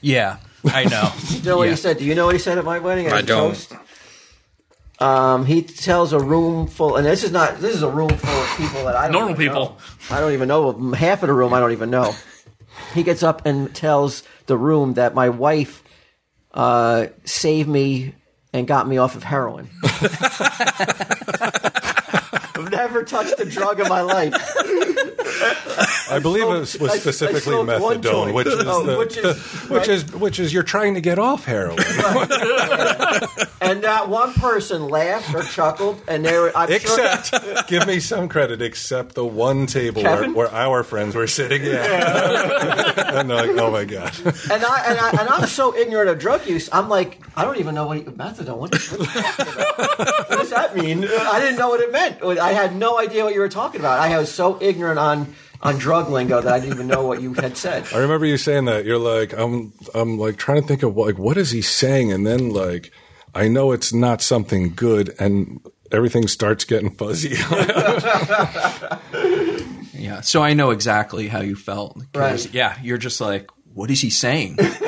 Speaker 2: yeah, I know.
Speaker 1: You know what
Speaker 2: Yeah.
Speaker 1: he said? Do you know what he said at my wedding?
Speaker 4: I
Speaker 1: As a
Speaker 4: don't.
Speaker 1: toast? Um, he tells a room full, and this is not. This is a room full of people that I don't
Speaker 6: Normal
Speaker 1: even
Speaker 6: people.
Speaker 1: know. I don't even know half of the room. I don't even know. He gets up and tells the room that my wife uh, saved me and got me off of heroin. I've never touched a drug in my life.
Speaker 3: I believe it was, was
Speaker 1: I- I
Speaker 3: specifically
Speaker 1: smoked one
Speaker 3: methadone,
Speaker 1: joint.
Speaker 3: which is,
Speaker 1: Oh,
Speaker 3: the-
Speaker 1: which is-
Speaker 3: which
Speaker 1: right.
Speaker 3: is which is you're trying to get off heroin.
Speaker 1: And not one person laughed or chuckled, and they were. I'm sure,
Speaker 3: except, give me some credit, except the one table where,
Speaker 1: Kevin?
Speaker 3: where our friends were sitting. Yeah, and they're like, oh my god,
Speaker 1: and I and I and I'm so ignorant of drug use. I'm like, I don't even know what methadone. What, what, are you talking about? what does that mean? I didn't know what it meant. I had no idea what you were talking about. I was so ignorant on on drug lingo that I didn't even know what you had said.
Speaker 3: I remember you saying that. You're like, I'm, I'm like trying to think of like, what is he saying? And then like, I know it's not something good, and everything starts getting fuzzy.
Speaker 2: Yeah, so I know exactly how you felt. 'cause,
Speaker 1: Right.
Speaker 2: Yeah, you're just like, what is he saying? like,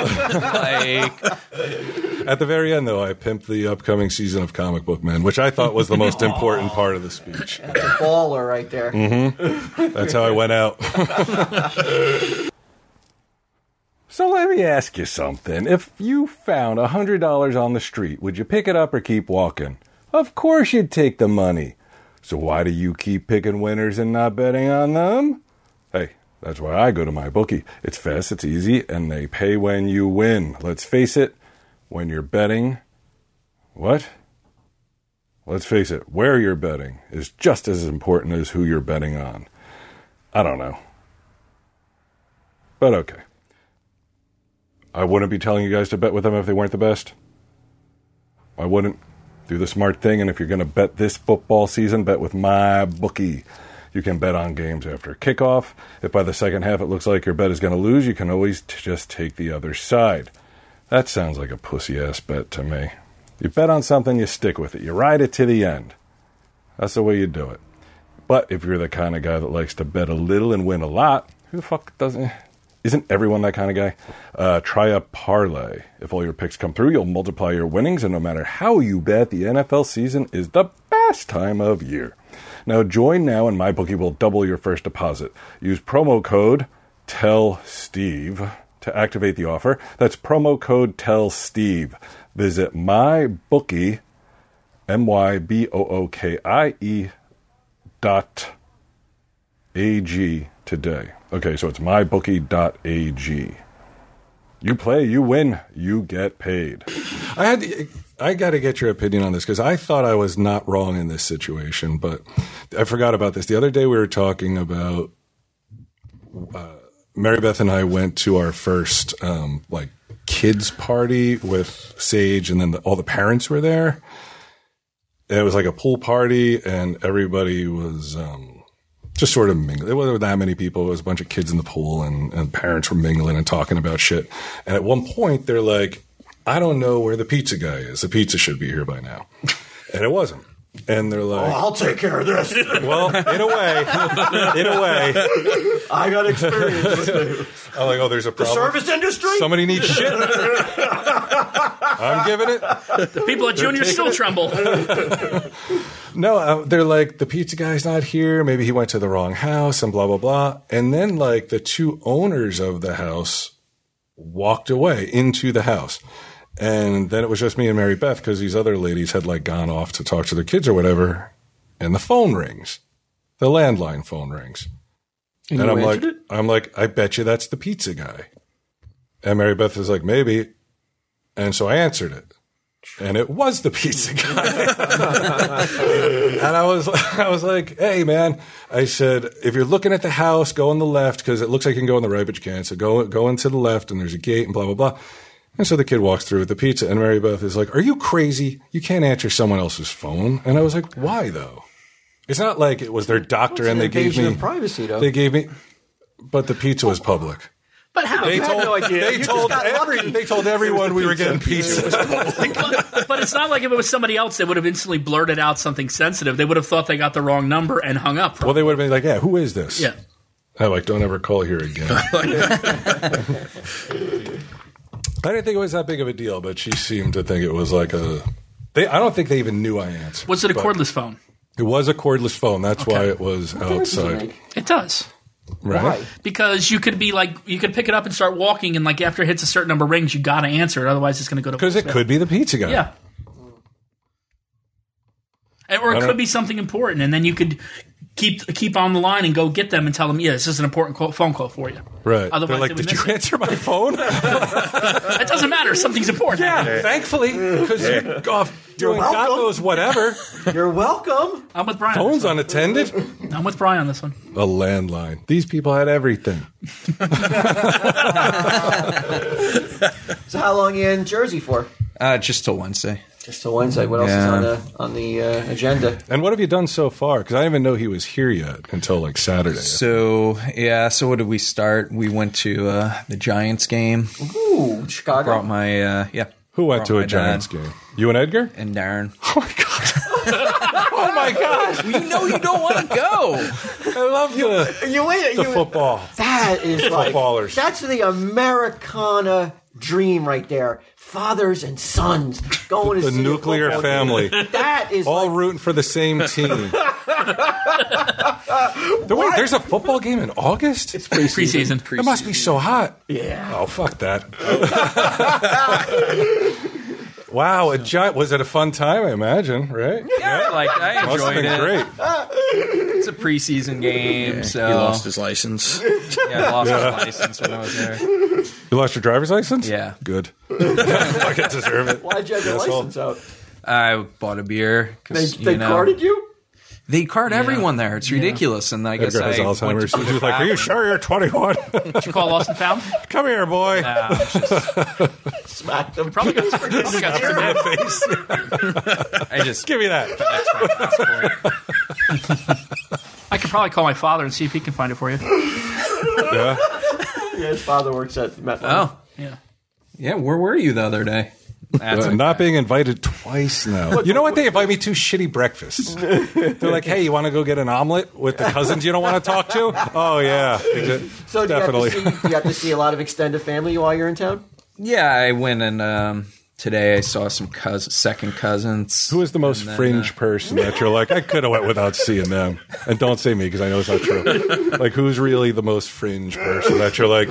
Speaker 3: At the very end, though, I pimped the upcoming season of Comic Book Man, which I thought was the most important part of the speech.
Speaker 1: Baller right there.
Speaker 3: Mm-hmm. That's how I went out. so let me ask you something. If you found a $100 on the street, would you pick it up or keep walking? Of course you'd take the money. So why do you keep picking winners and not betting on them? Hey, that's why I go to my bookie. It's fast, it's easy, and they pay when you win. Let's face it, when you're betting, what? Let's face it, where you're betting is just as important as who you're betting on. I don't know. But okay. I wouldn't be telling you guys to bet with them if they weren't the best. I wouldn't. Do the smart thing, and if you're going to bet this football season, bet with my bookie. You can bet on games after kickoff. If by the second half it looks like your bet is going to lose, you can always t- just take the other side. That sounds like a pussy ass bet to me. You bet on something, you stick with it. You ride it to the end. That's the way you do it. But if you're the kind of guy that likes to bet a little and win a lot, who the fuck doesn't? Isn't everyone that kind of guy? Uh, try a parlay. If all your picks come through, you'll multiply your winnings, and no matter how you bet, the NFL season is the best time of year. Now join now, and MyBookie will double your first deposit. Use promo code E Tell Steve to activate the offer. That's promo code E Tell Steve. Visit MyBookie, M Y B O O K I E dot ag today. Okay, so it's mybookie.ag. You play, you win, you get paid. I had to, I got to get your opinion on this because I thought I was not wrong in this situation, but I forgot about this. The other day we were talking about Mary Beth and I went to our first um, like kids party with Sage, and then the, all the parents were there. It was like a pool party, and everybody was um, just sort of mingling. It wasn't that many people. It was a bunch of kids in the pool, and, and parents were mingling and talking about shit. And at one point, they're like, "I don't know where the pizza guy is. The pizza should be here by now," and it wasn't. And they're like,
Speaker 1: I'll take care of this.
Speaker 3: "Well, in a way, in a way."
Speaker 1: I got experience with the
Speaker 3: I'm like, "Oh, there's a problem."
Speaker 1: service industry.
Speaker 3: Somebody needs shit. I'm giving it.
Speaker 6: People at Junior still tremble.
Speaker 3: No, uh, they're like, the pizza guy's not here. Maybe he went to the wrong house and blah, blah, blah. And then, like, the two owners of the house walked away into the house. And then it was just me and Mary Beth because these other ladies had, like, gone off to talk to their kids or whatever. And the phone rings, the landline phone rings. And, I'm like, I'm like, I bet you that's the pizza guy. And Mary Beth is like, maybe. And so I answered it. and it was the pizza guy. and I was, I was like, "Hey, man," I said, "If you're looking at the house, go on the left because it looks like you can go on the right, but you can't. So go, go into the left, and there's a gate, and blah blah blah." And so the kid walks through with the pizza, and Mary Beth is like, "Are you crazy? You can't answer someone else's phone." And I was like, "Why though?" It's not like it was their doctor, and they gave
Speaker 1: invasion
Speaker 3: me
Speaker 1: of privacy, though.
Speaker 3: They gave me, but the pizza was public.
Speaker 6: But how?
Speaker 3: They
Speaker 1: had
Speaker 3: told,
Speaker 1: no idea.
Speaker 3: They
Speaker 1: You just
Speaker 3: told
Speaker 1: got
Speaker 3: every-
Speaker 1: lucky.
Speaker 3: they told everyone we were getting pizza.
Speaker 6: but, but it's not like if it was somebody else, they would have instantly blurted out something sensitive. They would have thought they got the wrong number and hung up.
Speaker 3: well, they would have been like, "Yeah, who is this?"
Speaker 6: yeah.
Speaker 3: I'm like, "Don't ever call here again." I didn't think it was that big of a deal, but she seemed to think it was like a. They, I don't think they even knew I answered.
Speaker 6: Was it a
Speaker 3: but
Speaker 6: cordless phone?
Speaker 3: It was a cordless phone. That's why
Speaker 6: Okay.
Speaker 3: it was
Speaker 1: Difference does it
Speaker 3: outside,
Speaker 1: make?
Speaker 6: It does.
Speaker 3: right?
Speaker 1: Why?
Speaker 6: Because you could be like, you could pick it up and start walking, and like after it hits a certain number of rings, you got to answer it. Otherwise, it's going to go to
Speaker 3: Because it
Speaker 6: voicemail.
Speaker 3: could be the pizza guy.
Speaker 6: Yeah. And- Or
Speaker 3: I
Speaker 6: it
Speaker 3: don't-
Speaker 6: could be something important, and then you could keep keep on the line and go get them and tell them, yeah, this is an important call, phone call for you.
Speaker 3: Right. They're
Speaker 6: Otherwise,
Speaker 3: like,
Speaker 6: they would
Speaker 3: "Did you
Speaker 6: miss it."
Speaker 3: answer my phone?"
Speaker 6: It doesn't matter. Something's important.
Speaker 3: yeah, thankfully, because you're off doing God
Speaker 1: welcome.
Speaker 3: knows whatever.
Speaker 1: You're welcome.
Speaker 6: I'm with Brian. on
Speaker 3: Phone's
Speaker 6: this one.
Speaker 3: unattended.
Speaker 6: I'm with Brian on this one.
Speaker 3: A landline. These people had everything.
Speaker 1: So how long you in Jersey for?
Speaker 2: Uh, just till Wednesday.
Speaker 1: Just till Wednesday. What else is
Speaker 2: Yeah.
Speaker 1: on the on the uh, agenda?
Speaker 3: And what have you done so far? Because I didn't even know he was here yet until like Saturday.
Speaker 2: So yeah, so what did we start? We went to uh, the Giants game.
Speaker 1: Ooh, Chicago.
Speaker 2: Brought my uh, yeah.
Speaker 3: Who went
Speaker 2: brought
Speaker 3: to
Speaker 2: my
Speaker 3: a
Speaker 2: dad
Speaker 3: Giants game? You and Edgar?
Speaker 2: And Darren.
Speaker 3: Oh my god! oh my god!
Speaker 2: you know you don't want to go.
Speaker 3: I love the,
Speaker 1: You wait.
Speaker 3: the
Speaker 1: you-
Speaker 3: football.
Speaker 1: That is like
Speaker 3: Footballers.
Speaker 1: That's the Americana dream right there. Fathers and sons going to
Speaker 3: The
Speaker 1: see a
Speaker 3: nuclear
Speaker 1: football game.
Speaker 3: family.
Speaker 1: That is
Speaker 3: All
Speaker 1: like-
Speaker 3: rooting for the same team. The- wait, there's a football game in August? It
Speaker 6: Preseason.
Speaker 3: must be so hot.
Speaker 1: yeah.
Speaker 3: Oh, fuck that. wow, a giant, was it a fun time? I imagine, right?
Speaker 2: Yeah, like I
Speaker 3: Must have
Speaker 2: enjoyed it.
Speaker 3: been great.
Speaker 2: It's a preseason game, so
Speaker 4: He lost
Speaker 3: uh,
Speaker 4: his license.
Speaker 2: yeah, I lost his license when I was there.
Speaker 3: You lost your driver's license?
Speaker 2: Yeah.
Speaker 3: Good. Fucking deserve it.
Speaker 1: Why'd you have your
Speaker 3: Asshole.
Speaker 1: license out?
Speaker 2: I bought a beer.
Speaker 1: They,
Speaker 2: 'cause, you
Speaker 1: they
Speaker 2: know,
Speaker 1: carded you.
Speaker 2: They card everyone there. It's ridiculous. And I guess
Speaker 3: Edgar has
Speaker 2: I went
Speaker 3: Alzheimer's.
Speaker 2: to
Speaker 3: He was like, Are you sure you're 21?
Speaker 6: Did you call Lost and Found?
Speaker 3: Come here, boy.
Speaker 6: Uh, it's just-
Speaker 1: Smacked them.
Speaker 6: probably got, probably got some
Speaker 3: In the face.
Speaker 2: I just
Speaker 3: Give me that.
Speaker 2: that's my passport.
Speaker 6: I could probably call my father and see if he can find it for you.
Speaker 3: Yeah.
Speaker 1: Yeah, his father works at Metlife.
Speaker 2: Oh
Speaker 6: Yeah.
Speaker 2: yeah, where were you the other day? That's
Speaker 3: Uh, not being invited twice now. You know what? They invite me to shitty breakfasts. They're like, hey, you want to go get an omelet with the cousins you don't want to talk to? Oh, yeah. Exa-
Speaker 1: so do you have to
Speaker 3: definitely.
Speaker 1: see- do you, have to see, a lot of extended family while you're in town.
Speaker 2: yeah, I went and um, today I saw some cousin, second cousins.
Speaker 3: Who is the most
Speaker 2: And then,
Speaker 3: fringe person that you're like, I could have went without seeing them? And don't say me because I know it's not true. like, who's really the most fringe person that you're like,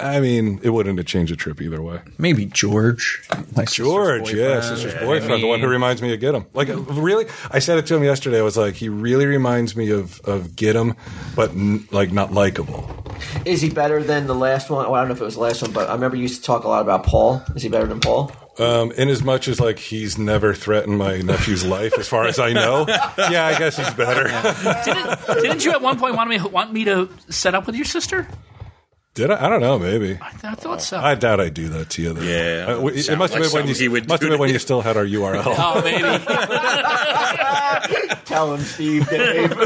Speaker 3: I mean, it wouldn't have changed the trip either way.
Speaker 2: Maybe George. My sister's
Speaker 3: George, yeah,
Speaker 2: boyfriend.
Speaker 3: sister's
Speaker 2: I
Speaker 3: boyfriend, the one who
Speaker 2: mean,
Speaker 3: reminds me of Get 'em. Like, really, I said it to him yesterday. I was like, he really reminds me of of Get 'em, but n- like not likable.
Speaker 1: Is he better than the last one? Oh, I don't know if it was the last one, but I remember you used to talk a lot about Paul. Is he better than Paul?
Speaker 3: Um, in as much as like he's never threatened my nephew's life, as far as I know. Yeah, I guess he's better.
Speaker 6: Didn't, didn't you at one point want me want me to set up with your sister?
Speaker 3: Did I? I don't know. Maybe.
Speaker 6: I thought so.
Speaker 3: I doubt I do that to you. Though.
Speaker 4: Yeah,
Speaker 3: I- it
Speaker 4: sound
Speaker 3: must have
Speaker 4: like
Speaker 3: been when
Speaker 4: something he
Speaker 3: you
Speaker 4: would
Speaker 3: must
Speaker 4: do
Speaker 3: have been when
Speaker 4: to-
Speaker 3: you still had our URL.
Speaker 6: oh, maybe.
Speaker 1: Tell him, Steve. Dave.